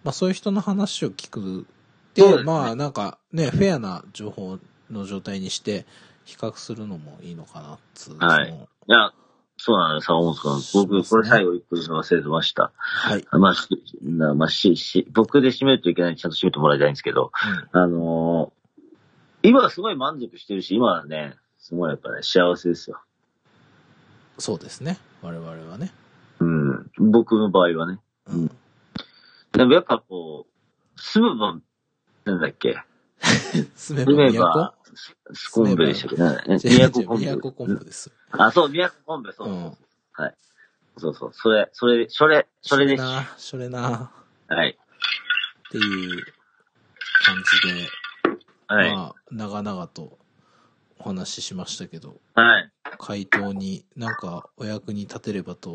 まあそういう人の話を聞くで、
そうですね
まあなんかね、フェアな情報の状態にして、比較するのもいいのかなっつう。
はい
その
いや、そうなのよ、坂本さん。
そうで
僕、
すね
これ最後一個言うの忘れてました。
はい。
まあ、しなまあ、し、し、僕で締めるといけないんでちゃんと締めてもらいたいんですけど、あのー今はすごい満足してるし、今はね、すごいやっぱね、幸せですよ。
そうですね。我々はね。
うん。僕の場合はね。
うん。
でもやっぱこう、住む分、なんだっけ、
スメ
スメー
バ
バー、スコンブでしたっけね。
都 <laughs> 違う違う宮
宮古昆
古昆
布。
布です。
あ、そう、宮古昆布、そううそうそう。
ん。
そうそう。それ、それ、それ、それです。
な、それな、
はい。
っていう感じで、
はい。
まあ、長々とお話ししましたけど、
はい。
回答になんかお役に立てればと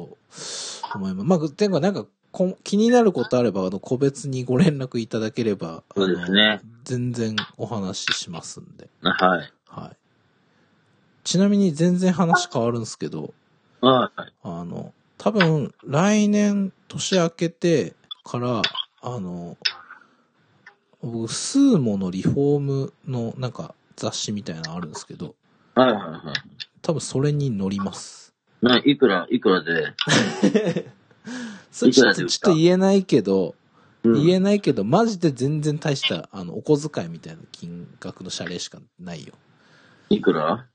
思います。まあ、ていうかなんかこ気になることあれば、あの、個別にご連絡いただければ、あの
そうですね
全然お話ししますんで、
はい。
はい。ちなみに全然話変わるんですけど、
はい。
あの、多分、来年、年明けてから、あの、僕、スーモのリフォームの、なんか、雑誌みたいなのあるんですけど、
はいはいは
多分それに乗ります。
い。ないくら、いくらで、
それちょっ
いくら
と、
で
ち
す
ょ
か
っと言えないけど、
うん
言えないけど、マジで全然大した、あの、お小遣いみたいな金額の謝礼しかないよ。
いくら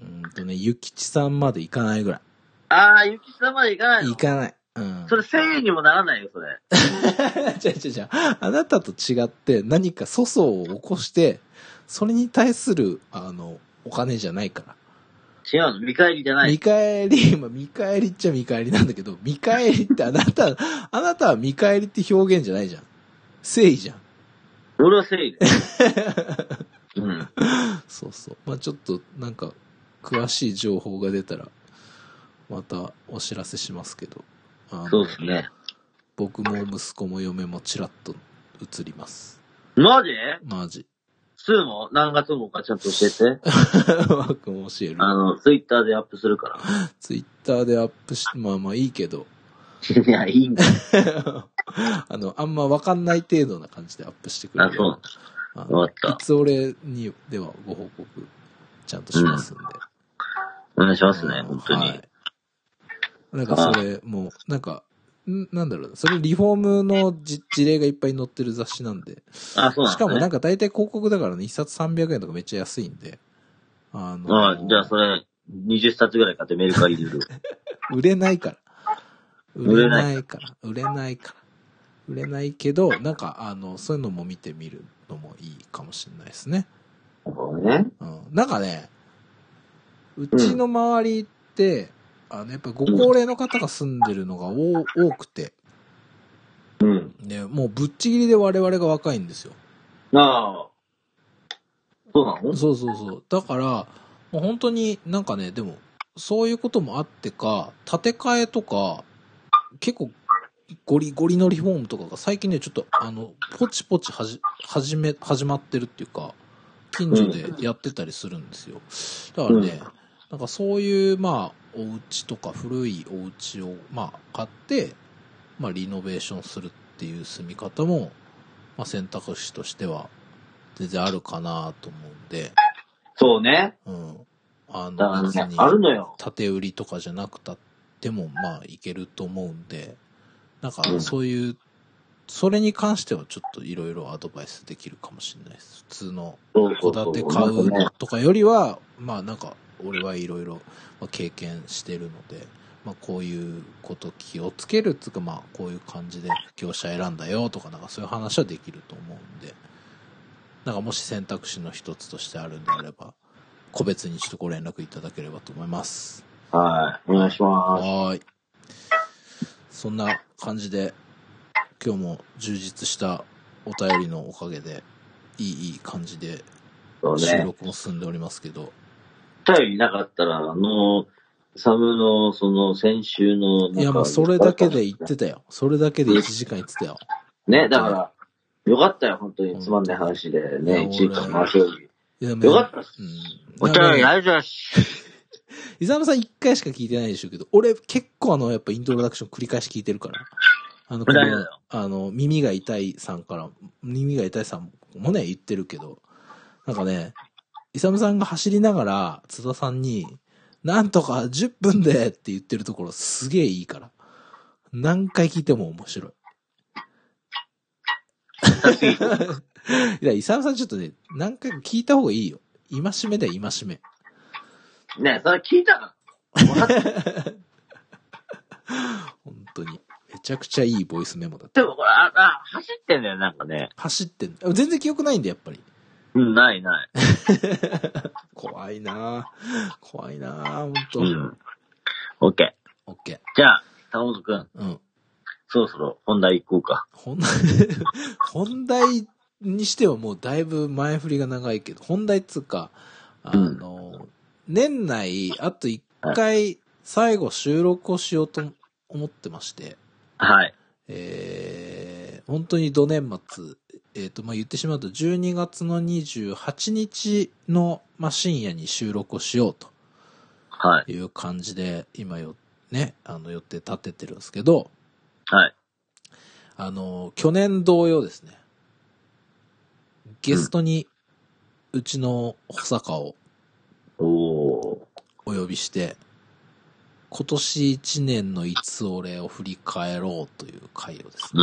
うーんとね、ゆきちさんまでいかないぐら
ああ、ゆきさんまでいかない
い。
の
いかない。うん。
それ1000円にもならないよ、それ。
<laughs> 違う違う違う。あなたと違って何か粗相を起こして、それに対する、あの、お金じゃないか
違うの、見返りじゃ
ら。
ない
見。返り、まあ見返りっちゃ見返りなんだけど、見返りってあなた、あなたは見返りって表現じゃないじゃん。誠意じゃん。
俺は1000円
<laughs>
で。うん。
そうそう。まあちょっと、なんか、詳しい情報が出たら、またお知らせしますけど。あの
そうですね。
僕も息子も嫁もちらっと映ります。
マジ
マ
<laughs>
ジ。
数も何月もかちゃんと教
<laughs>
えて。
僕も教える。
あの、ツイッターでアップするから。
ツイッターでアップし、まあまあいいけど、 <laughs>
いや、いいんだ。
あの、あんまわかんない程度な感じでアップしてくれ
あ、
る。
そうなんだ。
あの
わか
い
った。
つ俺にではご報告、ちゃんとしますんで。
お願いしますね、
うん
本当に。
はい。なんかそれ、もう、なんか、んなんだろう、それリフォームのじ事例がいっぱい載ってる雑誌なんで、
あ、そうなん
しかも
だ、
な
ね
ん。か大体広告だからね、一冊300円とかめっちゃ安いんで、あの
あじゃあそれ、20冊ぐらい買ってメルカリに売る。
売れないから。売
売
れ
れ
な
ない
から。売れないから。売れないけど、なんか、あの、そういうのも見てみるのもいいかもしれないですね。
そうね。
うん。なんかね、うちの周りって、あの、やっぱご高齢の方が住んでるのが多多くて、
うん。
ね、もうぶっちぎりで我々が若いんですよ。
ああ。そうなの
そうそうそう。だから、もう本当になんかね、でも、そういうこともあってか、建て替えとか、結構、ゴリゴリのリフォームとかが最近ね、ちょっと、あの、ポチポチはじ、始め、始まってるっていうか、近所でやってたりするんですよ。だからね、なんかそういう、まあ、お家とか古いお家を、まあ、買って、まあ、リノベーションするっていう住み方も、まあ、選択肢としては、全然あるかなと思うんで、
そうね。
うん。あ
だ
の、
から
別
ね
に、、
あるのよ。
縦売りとかじゃなくたっても、まあ、いけると思うんで、なんか
う、ん
そういう、それに関してはちょっといろいろアドバイスできるかもしれないです。普通の
そうそ
戸
うそう。
建て買
なんかね
うとかよりは、まあなんか、俺はいろいろまあ経験してるので、まあこういうこと気をつけるっていうか、まあこういう感じで業者選んだよとか、なんかそういう話はできると思うんで、なんかもし選択肢の一つとしてあるんであれば、個別にちょっとご連絡いただければと思います。
はい。お願いします。
はーい。そんな感じで、今日も充実したお便りのおかげで、いいいい感じで
そう
収
ね。
録も進んでおりますけど、
頼りなかったら、あの、サムの、その、先週の、
いや、まあ、それだけで言ってたよ。それだけで1時間言ってたよ。
ね、だから、よかったよ、本当につまんない話で
いや
ね、1時間回しより。
いや、でも
よかったっす。
う
お
ん。なん
便り
か
ありがとうございます。
伊沢さん1回しか聞いてないでしょうけど、俺結構あの、やっぱイントロダクション繰り返し聞いてるから。あの、こ
無駄だ
の
よ、
あの、耳が痛いさんから、耳が痛いさんもね、言ってるけど、なんかね、伊沢さんが走りながら、津田さんに、なんとか10分でって言ってるところすげえいいから。何回聞いても面白い。 <laughs> いや、イサムさんちょっとね、何回か聞いた方がいいよ。今しめだよ、今しめ。
ね、それ聞いたから。分かった
本当に。めちゃくちゃいいボイスメモだった。
でもこれ、あ、あ、走ってんだよ、なんかね。
走ってん全然記憶ないんだよ、やっぱり。
うん、ないない。
怖いなぁ怖いなぁほんと。
うん。オッケー。
オッケ
じゃあ、坂本くん、
ー。うん。
そろそろ本題行こうか。
本 <laughs> 題、本題にしてはもうだいぶ前振りが長いけど、本題っつうか、あの、年内、あと一回、最後収録をしようと思ってまして、
はい。
えー、本当に土年末、えっ、と、まあ、言ってしまうと、12月の28日の、まあ、深夜に収録をしようと
はい。
いう感じで、今よ、ね、あの、予定立ててるんですけど、
はい。
あの、去年同様ですね。ゲストに、うちの保坂を
おー。
お呼びして、今年一年のいつ俺を振り返ろうという回をですね、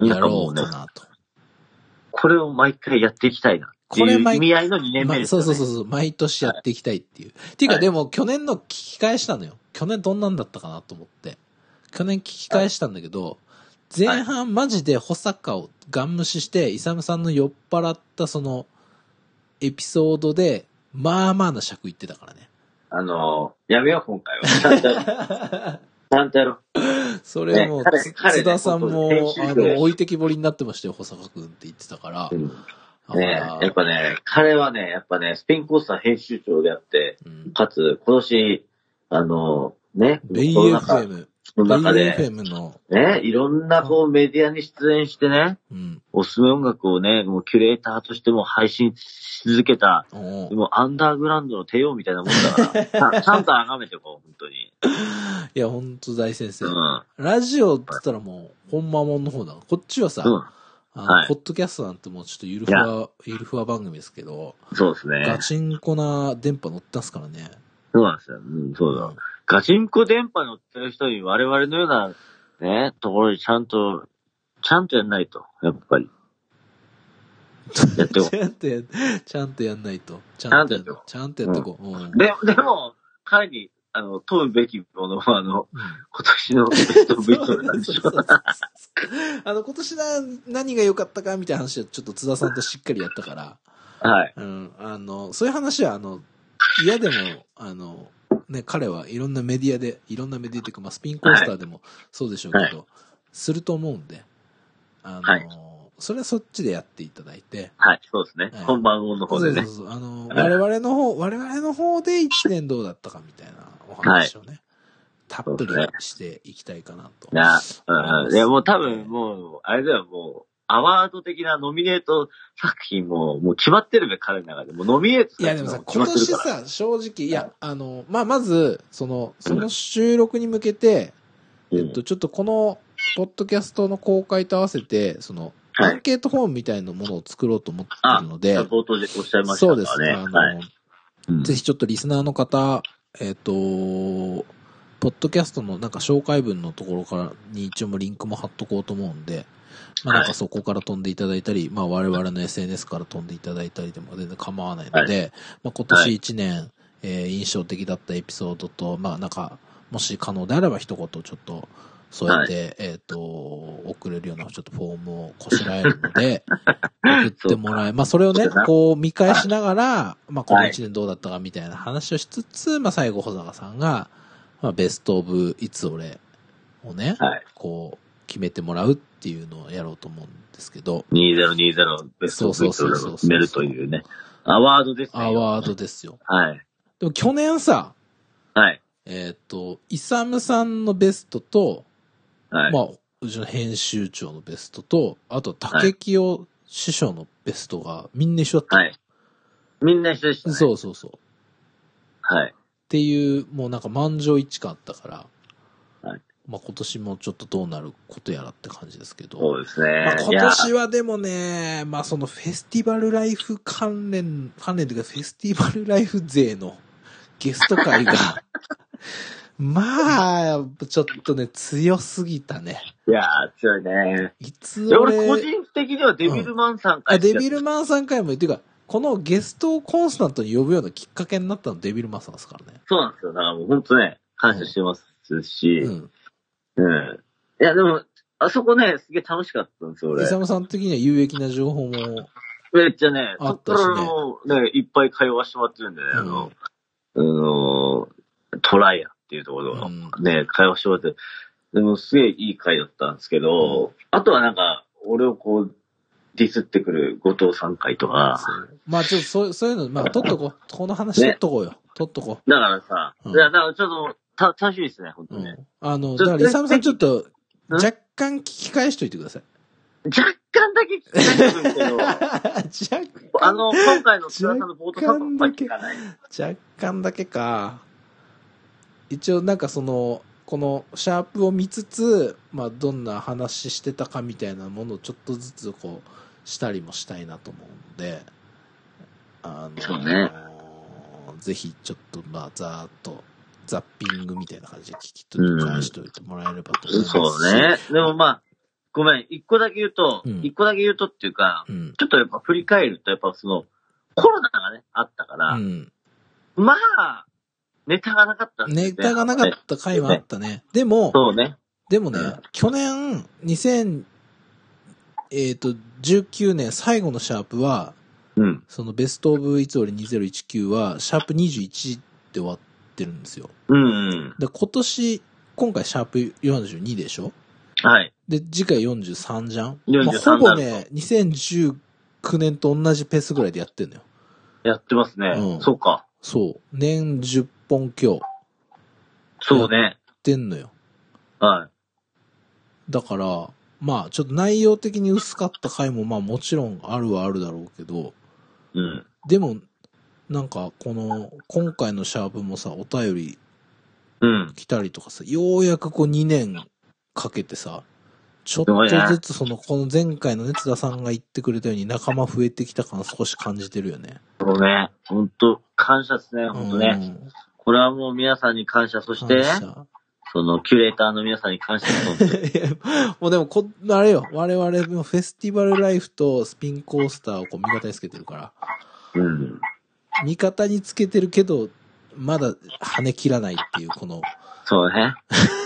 うん。
や
なんか
ろ
も
う
うね
か、なと。
これを毎回やっていきたいな。って
これ
いう
毎
意味合いの2年
ま
目
あ
です
そ
よ、
う
ね。
そうそうそう、毎年やっていきたいっていう。っていうか、
はい
でも去年の聞き返したのよ。去年どんなんだったかなと思って。去年聞き返したんだけど、前半マジで保坂をガン無視して、イサムさんの酔っ払ったその、エピソードで、まあまあな尺言ってたからね。
あのー、やめよう、今回は。ちゃんとやろう。ちゃんとやろ
<laughs>
う。
それも
ね彼
つ、
彼ね
津田さんも、
本当に
あ
編集長やし
の、置いてきぼりになってましたよ、保坂くんって言ってたから。
ね
あー
やっぱね、彼はね、やっぱね、スペインコースター編集長であって、
うん、
かつ、今年、あのー、ね、
ベイ
コロナ禍
FM、
の中
ベイ
で、
FM の、
ね、いろんなこうメディアに出演してね、
うん、
おすすめ音楽をね、もうキュレーターとしても配信し続けた、
おう
もうアンダーグラウンドの帝王みたいなもんだか
<laughs>
ら、ちゃちゃんと崇めてこう、本当に。
いや、ほんと大先生。
うん。
ラジオって言ったらもう、ほんまもんの方だ。こっちはさ、
う
あの
はい
ポッドキャストなんてもうちょっとゆるふわ、ゆるふわ番組ですけど、
ん。そうですね
ガ。チンコな電波乗ったんすからね。
そうなんですよ。うん、そうだ。ガチンコ電波に乗ってる人に我々のような、ね、ところにちゃんと、ちゃんとやんないと、やっぱり。やってこ
<laughs> ちゃんとや、ちゃんとやんないと。ち
ゃんとやっ
ち
てこ
ちゃんとやってこう。うん。うん
う。で、でも、彼に、あの、問うべきものは、あの、今年のベスト
そう
V
そ
ト
う
なん
<laughs>
で
そう
し
そ
ょ
う。あの、今年な、何が良かったかみたいな話はちょっと津田さんとしっかりやったから、
はい。
うん、あの、そういう話は、あの、嫌でも、あの、ね、彼はいろんなメディアで、いろんなメディアというか、まあ、スピンコースターでもそうでしょうけど、
はい
すると思うんで、あの、
はい
それはそっちでやっていただいて、
はい、そうですね
はい。
本番の
そ
方
うそ
で
う
ね。
そう、あの、
はい
我々の方、我々の方で一年どうだったかみたいなお話をね、たっぷりしていきたいかなと
い。や、うん、いやもう多分もう、あれだよ、もう、アワード的なノミネート作品も、もう決まってるべ、彼の中で。もうノミネート
い
れ
や
て
で
る
も
の
さ
も、決ま
今
ってる
年
から
さ、正直、いや、あの、まあ、まず、その、その収録に向けて、
うん
えっと、ちょっとこの、ポッドキャストの公開と合わせて、その、
は
ア
い
ンケートフォームみたいなものを作ろうと思ってるので、
冒頭でおっしゃいまし
そ
たか
うですね。
ら
あ
ね。
の、
はい。うん
ぜひちょっとリスナーの方、えっ、と、ポッドキャストのなんか紹介文のところからに一応もリンクも貼っとこうと思うんで、まあなんかそこから飛んでいただいたり、まあ我々の SNS から飛んでいただいたりでも全然構わないので、まあ今年1年、えー印象的だったエピソードと、まあなんか、もし可能であれば一言ちょっと添えて、えっ、と、送れるようなちょっとフォームをこしらえるの
<laughs>
で、送ってもらえ、まあそれをね
そうだ、な
こう見返しながら、まあこの
はい
1年どうだったかみたいな話をしつつ、まあ最後保坂さんが、まあベストオブいつ俺をね、
はい
こう決めてもらうっていうのをやろうと思うんですけど、
2020ベストオブイトルを決めるというね。アワードですね。
アワードですよ。
はい。
でも去年さ、
はい。
えっ、と、イサムさんのベストと、
はい。
まあ、うちの編集長のベストと、あと、竹清師匠のベストがみんな一緒だった。
はい。みんな一緒でしたね。
そうそうそう。っ
はい。
ていう、もうなんか満場一致感あったから、
はい
まあ今年もちょっとどうなることやらって感じですけど、
そうです
ま
ね
あ。
い
今
や、
年はでもね、まあそのフェスティバルライフ関連、関連というかフェスティバルライフ勢のゲスト会
<laughs>
が、まあ、ちょっとね、強すぎたね。
いや、強いね。
いつ
いや俺個人的にはデビルマンさんか
あ、
ら
デビルマンさん回も、っていうか、このゲストをコンスタントに呼ぶようなきっかけになったのデビルマンさんですからね。
そうなんですよ。だからもう本当ね、感謝してますし、
うん。
うんいや、でも、あそこね、すげえ楽しかったんですよ、
イ
俺。
サムさん的には有益な情報も
めっちゃね、
あ
そ
っ
ったか
しね
らもうね、いっぱい通わしてもらってるんでね、あの、あの、トライアっていうところ
う
の
ん
ね、会話してもらって、でもすげえいい会だったんですけど、あとはなんか、俺をこう、ディスってくる後藤さん会とか、
そうまあちょっとそうそういうの、まあ取っとこう。この話取っとこうよ。取っとこ
だからさ、
うん
いや、だからちょっと、た、楽しみですね、本
う。
当
う
にね。
ん。あの、
ち
だ
ょ
から、イサムさんちょっと、
ん
若干聞き返しといてください。 <laughs>
若干だけ聞きたいんですけど、
若
あ
干、
の、今回の津田さんの冒頭さんは聞かない。
若干だけか。一応なんかその、このシャープを見つつ、まあどんな話してたかみたいなものをちょっとずつこう、したりもしたいなと思うので、あの、
そうね
ぜひちょっとまあざーっと、ザッピングみたいな感じで聞き取り返しておいてもらえればと思います。
そう。ね。でもまあ、ごめん、一個だけ言うと、
うん
一個だけ言うとっていうか、
うん。
ちょっとやっぱ振り返ると、やっぱその、コロナがね、あったか
う
ら、
ん。
まあ、ネタがなかったんですね
ネタがなかった回はあったね。でも、
そうね。
でもね
うん、
去年、2000、えっ、と、19年最後のシャープは、
うん。
そのベストオブいつ俺2019は、シャープ21で終わってるんですよ。
うん、うん。
で、今年、今回シャープ42でしょ
はい。
で、次回43じゃん
43
まあ、ほぼ
な
ね、2019年と同じペースぐらいでやってんのよ。
やってますね。
うん
そうか。
そう。年10本強や
そうね。
ってんのよ。
はい。
だから、まあ、ちょっと内容的に薄かった回も、まあもちろんあるはあるだろうけど、
うん。
でも、なんか、この、今回のシャープもさ、お便り
うん。
来たりとかさ、ようやくこう2年かけてさ、ちょっ
すごいね
とずつその、この前回のね、津田さんが言ってくれたように仲間増えてきた感少し感じてるよね。
そうね。ほんと、感謝ですね。ほんとね。
うん。
これはもう皆さんに感謝。そして、
感
その、キュレーターの皆さんに感謝。
謝いや <laughs> もうでもこ、あれよ、我々もフェスティバルライフとスピンコースターをこう味方につけてるから、
うん。
味方につけてるけど、まだ跳ね切らないっていう、この
そうね。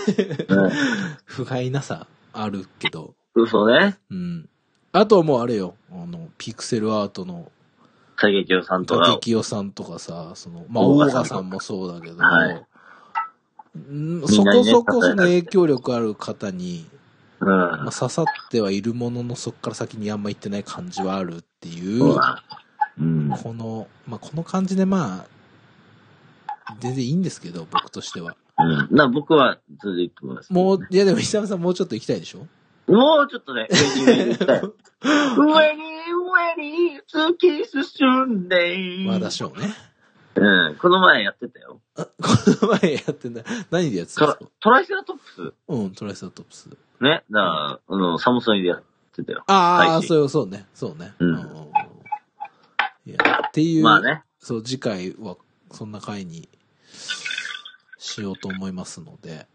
う
不甲斐なさあるけど、
ん。
<laughs>
嘘ね。
うん。あとはもうあれよ、あの、ピクセルアートの、
竹清さんと
竹
か。
清さんとかさ、その、まあ、
大
大
賀さん
賀さんもそうだけど、
はい
うん
み
そ
んなに
こ
ね
そこその
支えられて
影響力ある方に、
う
ま
ん
あ、。刺さってはいるものの、そこから先にあんま行ってない感じはあるっていうう、
わうん。
この、まあ、この感じでまあ、全然いいんですけど、僕としては。
うん。な、僕は、それでいくと思います。
もう、いやでも、久々さんもうちょっと行きたいでしょ
もうちょっとね、上に上に
<laughs>
行きたい上に上に突き進んで。
まだショーね。 <laughs>
うん。この前やってたよ。
この前やってんだ。何でやってたん
ト
です
ラ
か
トライセラトップス。
うん、トライサートプス。
ね。だから、あの、サムソニでやってたよ。
ああ、
配信
そうそうね。そうね。
うん
んんんいや、っていう、
まあね。
そう、次回はそんな回にしようと思いますので、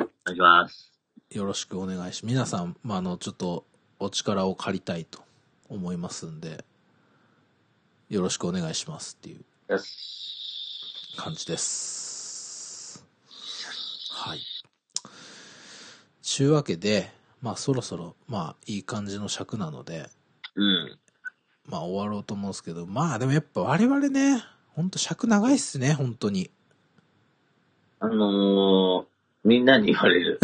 お願いします。
よろしくお願いし、皆さん、まあ、あの、ちょっとお力を借りたいと思いますんで、よろしくお願いしますっていう
よし。
感じです。はい。ちゅうわけで、まあそろそろ、まあいい感じの尺なので、
うん。
まあ終わろうと思うんですけど、まあでもやっぱ我々ね、ほんと尺長いっすね、本当に。
あのー、みんなに言われ
<laughs>
る。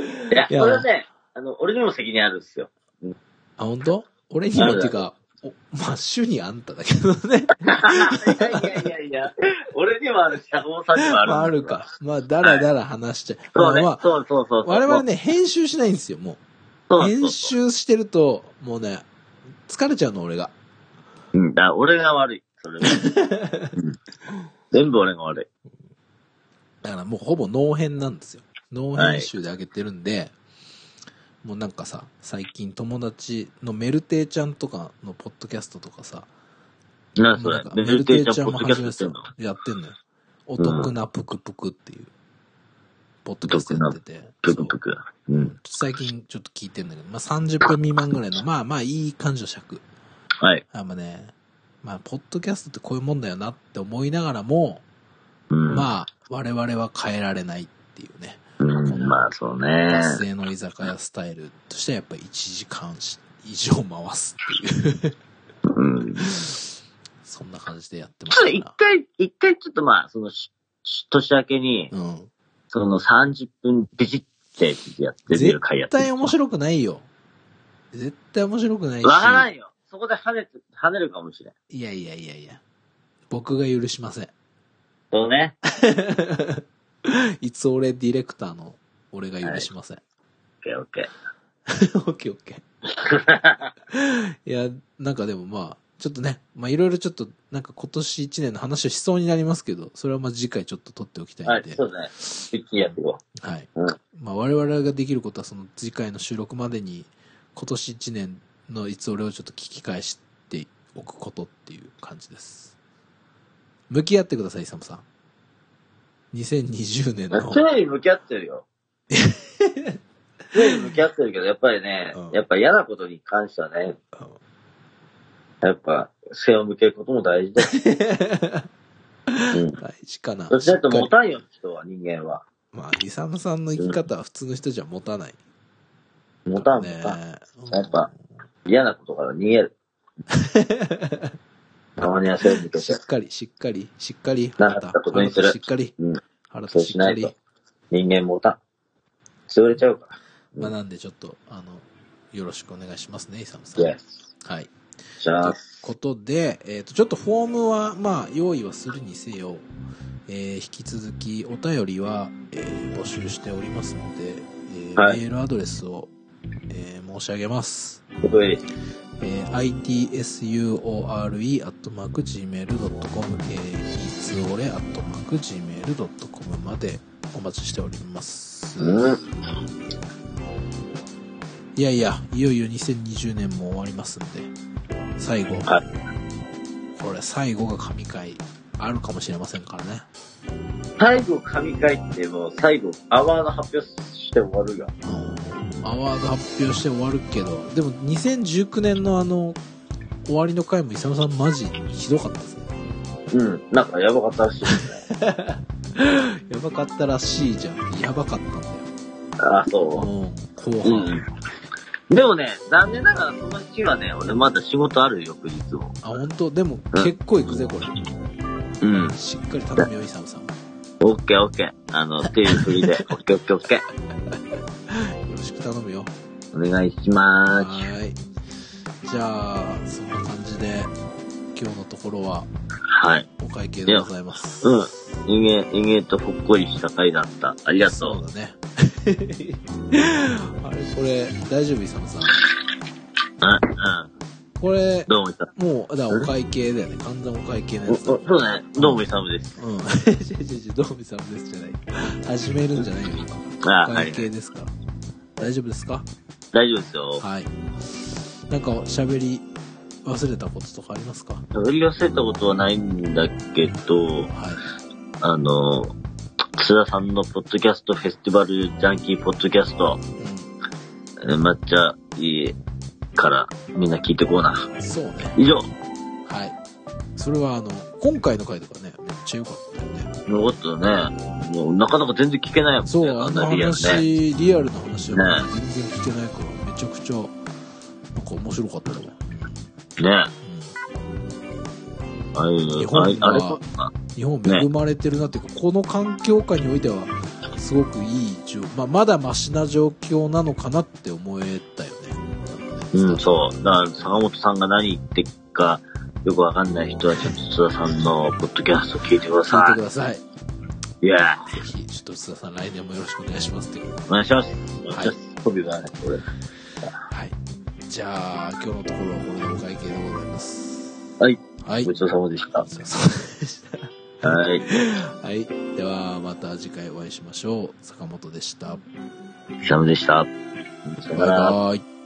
いや、
いや
これはね、あの、俺にも責任あるんですよ。
あ、本当俺にもっていうか、おまあ主にあんただけどね。
いやいやいや、俺にもあるし、坂本さんにもある。
まああるか。。まあだらだら話しちゃう。
そうね
まあ。まあ
そうそうそうそう。
我々ね、編集しないんですよ、も
そ
う。
うそうそう
編集してると、もうね、疲れちゃうの、俺が。
うん、だから俺が悪い。それは
<laughs>
うん全部俺が悪
だからもうほぼ脳編なんですよ。脳編集で上げてるんで、もうなんかさ、最近友達のメルテイちゃんとかのポッドキャストとかさ、
い。な、そ
もうな
れ
んか。
メ
メ
ル
ル
テ
テ
イ
イ
ち
ち
ゃ
ゃ
ん
ん
ポ
も
ッドキャ
始
スト
め
やって
て
ん
る
の
やってんのよ。お得なぷくぷくっていう、ポッドキャストやってて、
ぷ
そ
く
う
ぷく。うん。
最近ちょっと聞いてんだけど、まあ30分未満ぐらいの、まあまあいい感じの尺。
はい。
あまあね、まあポッドキャストってこういうもんだよなって思いながらも、
うん。
まあ我々は変えられないっていうね。
うん
この
まあそうね。
学生の居酒屋スタイルとしてはやっぱり1時間以上回すっていう、
うん。ちょ
そんな感じでやってま
っと
し
一
たか
回、一回ちょっとまあ、そのし、し年明けに、
ら。うん。
その30分ビシってやってみる回やっ
絶
てみ
対
る。
面白くないよ。絶対面白くないし。
わからんよ。そこで跳ねて、跳ねるかもしれん。
いやいやいやいや。僕が許しません。 <laughs>
そうね。
いつ俺ディレクターの俺が許しません。
オッケーオッケー。
オ <laughs> ッケーオッケー。いや、なんかでもまあ、ちょっとね、まあいろいろちょっと、なんか今年一年の話をしそうになりますけど、それはまあ次回ちょっと取っておきたい
は
ん
い、
で、
そ
は
うだね。一気にやっていこ
い。
うん
まあ我々ができることはその次回の収録までに、今年一年のいつ俺をちょっと聞き返しておくことっていう感じです。向き合ってください、イサムさん。2020年の
う。。常に向き合ってるよ。常に向き合ってるけど、やっぱりね、
うん
やっぱ嫌なことに関してはね、
うん
やっぱ背を向けることも大
<laughs>
事だよ。うん。
大事かな。
そしてだと
しっかり
持たんよ、人は、人間は。
まあ、イサムさんの生き方は普通の人じゃ持たない。
持たん、
ね
持たん。
うん
やっぱ嫌なことから逃げ
<laughs>
る。たまには背を向け、
しってかり、しっかり、しっかり、
な
腹
か
田
ったことにする
しっかり
うん、
腹田
そう
し
し
っか
ない
り
と。人間持たん。潰れちゃうから。
まあ、なんでちょっと、あの、よろしくお願いしますね、イサムさん。
いや
は、い。
じゃ
とい
あ
う、ことで、えっ、と、ちょっとフォームは、まあ、用意はするにせよ、えー引き続きお便りは、えー募集しておりますので、えー
はい
メールアドレスを、えー申し上げます。
おい、
えー itsure.gmail.com、えー、itsure.gmail.com までお待ちしております。
うん。
いやいや、いよいよ2020年も終わりますんで、最後、
は
これ最後が神回あるかもしれませんからね。
最後、神回ってもう最後、アワード発表して終わるが。
アワード発表して終わるけど、でも2019年のあの、終わりの回もイサムさんマジひどかったですね。
うん、なんかやばかったらしい。
<laughs> やばかったらしいじゃん。やばかったんだよ。
あ、そ
うん、後
う。う
半。
ん。でもね、残念ながらその日はね、俺まだ仕事あるよ、翌日も。
あ、本当でも結構いくぜ、これ。
うん。
しっかり頼むよ、イサムさん。よ
オッケーオッケー。あの、っていうふり
<laughs>
で、オッケーオッケーオッケー。
ろしく頼むよ。
お願いしま
は
ーす。
ーい。じゃあ、そんな感じで、今日のところは
はい。
お会計でございます。
うん。人間、人間とほっこりした回だった。ありがと
そう
う。
だね。 <laughs> あれ、これ、大丈夫、イサムさん。
うん、うん。
これ、
どうもいさ
もう、だからお会計だよね。完全お会計の
お
やつだ
おそうね。どうもいさむです。
うん。ちょちょちょ、どうみさんですじゃない。始めるんじゃないよ、今。
あ
お
は
会
い。
計ですから。大丈夫ですか
大丈夫ですよ。
はい。なんか喋り忘れたこととかありますか
取り寄せたことはないんだけど、
はい。
あの、津田さんのポッドキャストフェスティバルジャンキーポッドキャスト、
う
えー抹茶いいからみんな聞いてこうな。
ん。そうね。
以上、
はい。それはあの、今回の回とかね、めっちゃ良かったよね。
のことね、もうなかなか全然聞けないもんね。
そう、あの
リアルね。
話、リアルな話は
ね
全然聞けないから、めちゃくちゃ、なんか面白かったと思う。
ね。
うん
ああいうの
日本は
あれあれそうだな。
日本恵まれてるなっていうか、この環境下においてはすごくいい状、まあ、まだマシな状況なのかなって思えたよね。
うん、
う。
そう。だから坂本さんが何言ってっか、よくわかんない人はちょっと津田さんのポッドキャスト聞いてくだ
聞い
さ
てください。ぜ
い。いや
ひ、ちょっと津田さん来年もよろしくお願いしますっていう。
ー、お願いします。お願
はい
いします。飛びがない、俺。
はい。じゃあ、今日のところはこれでお会計でございます。
はい。
はい。
ごちそうさまでした
ご。ちそうさまでした
はい。
はい。では、また次回お会いしましょう。坂本でした。
久々でし
バ
た。
イ
さよなら
バイ。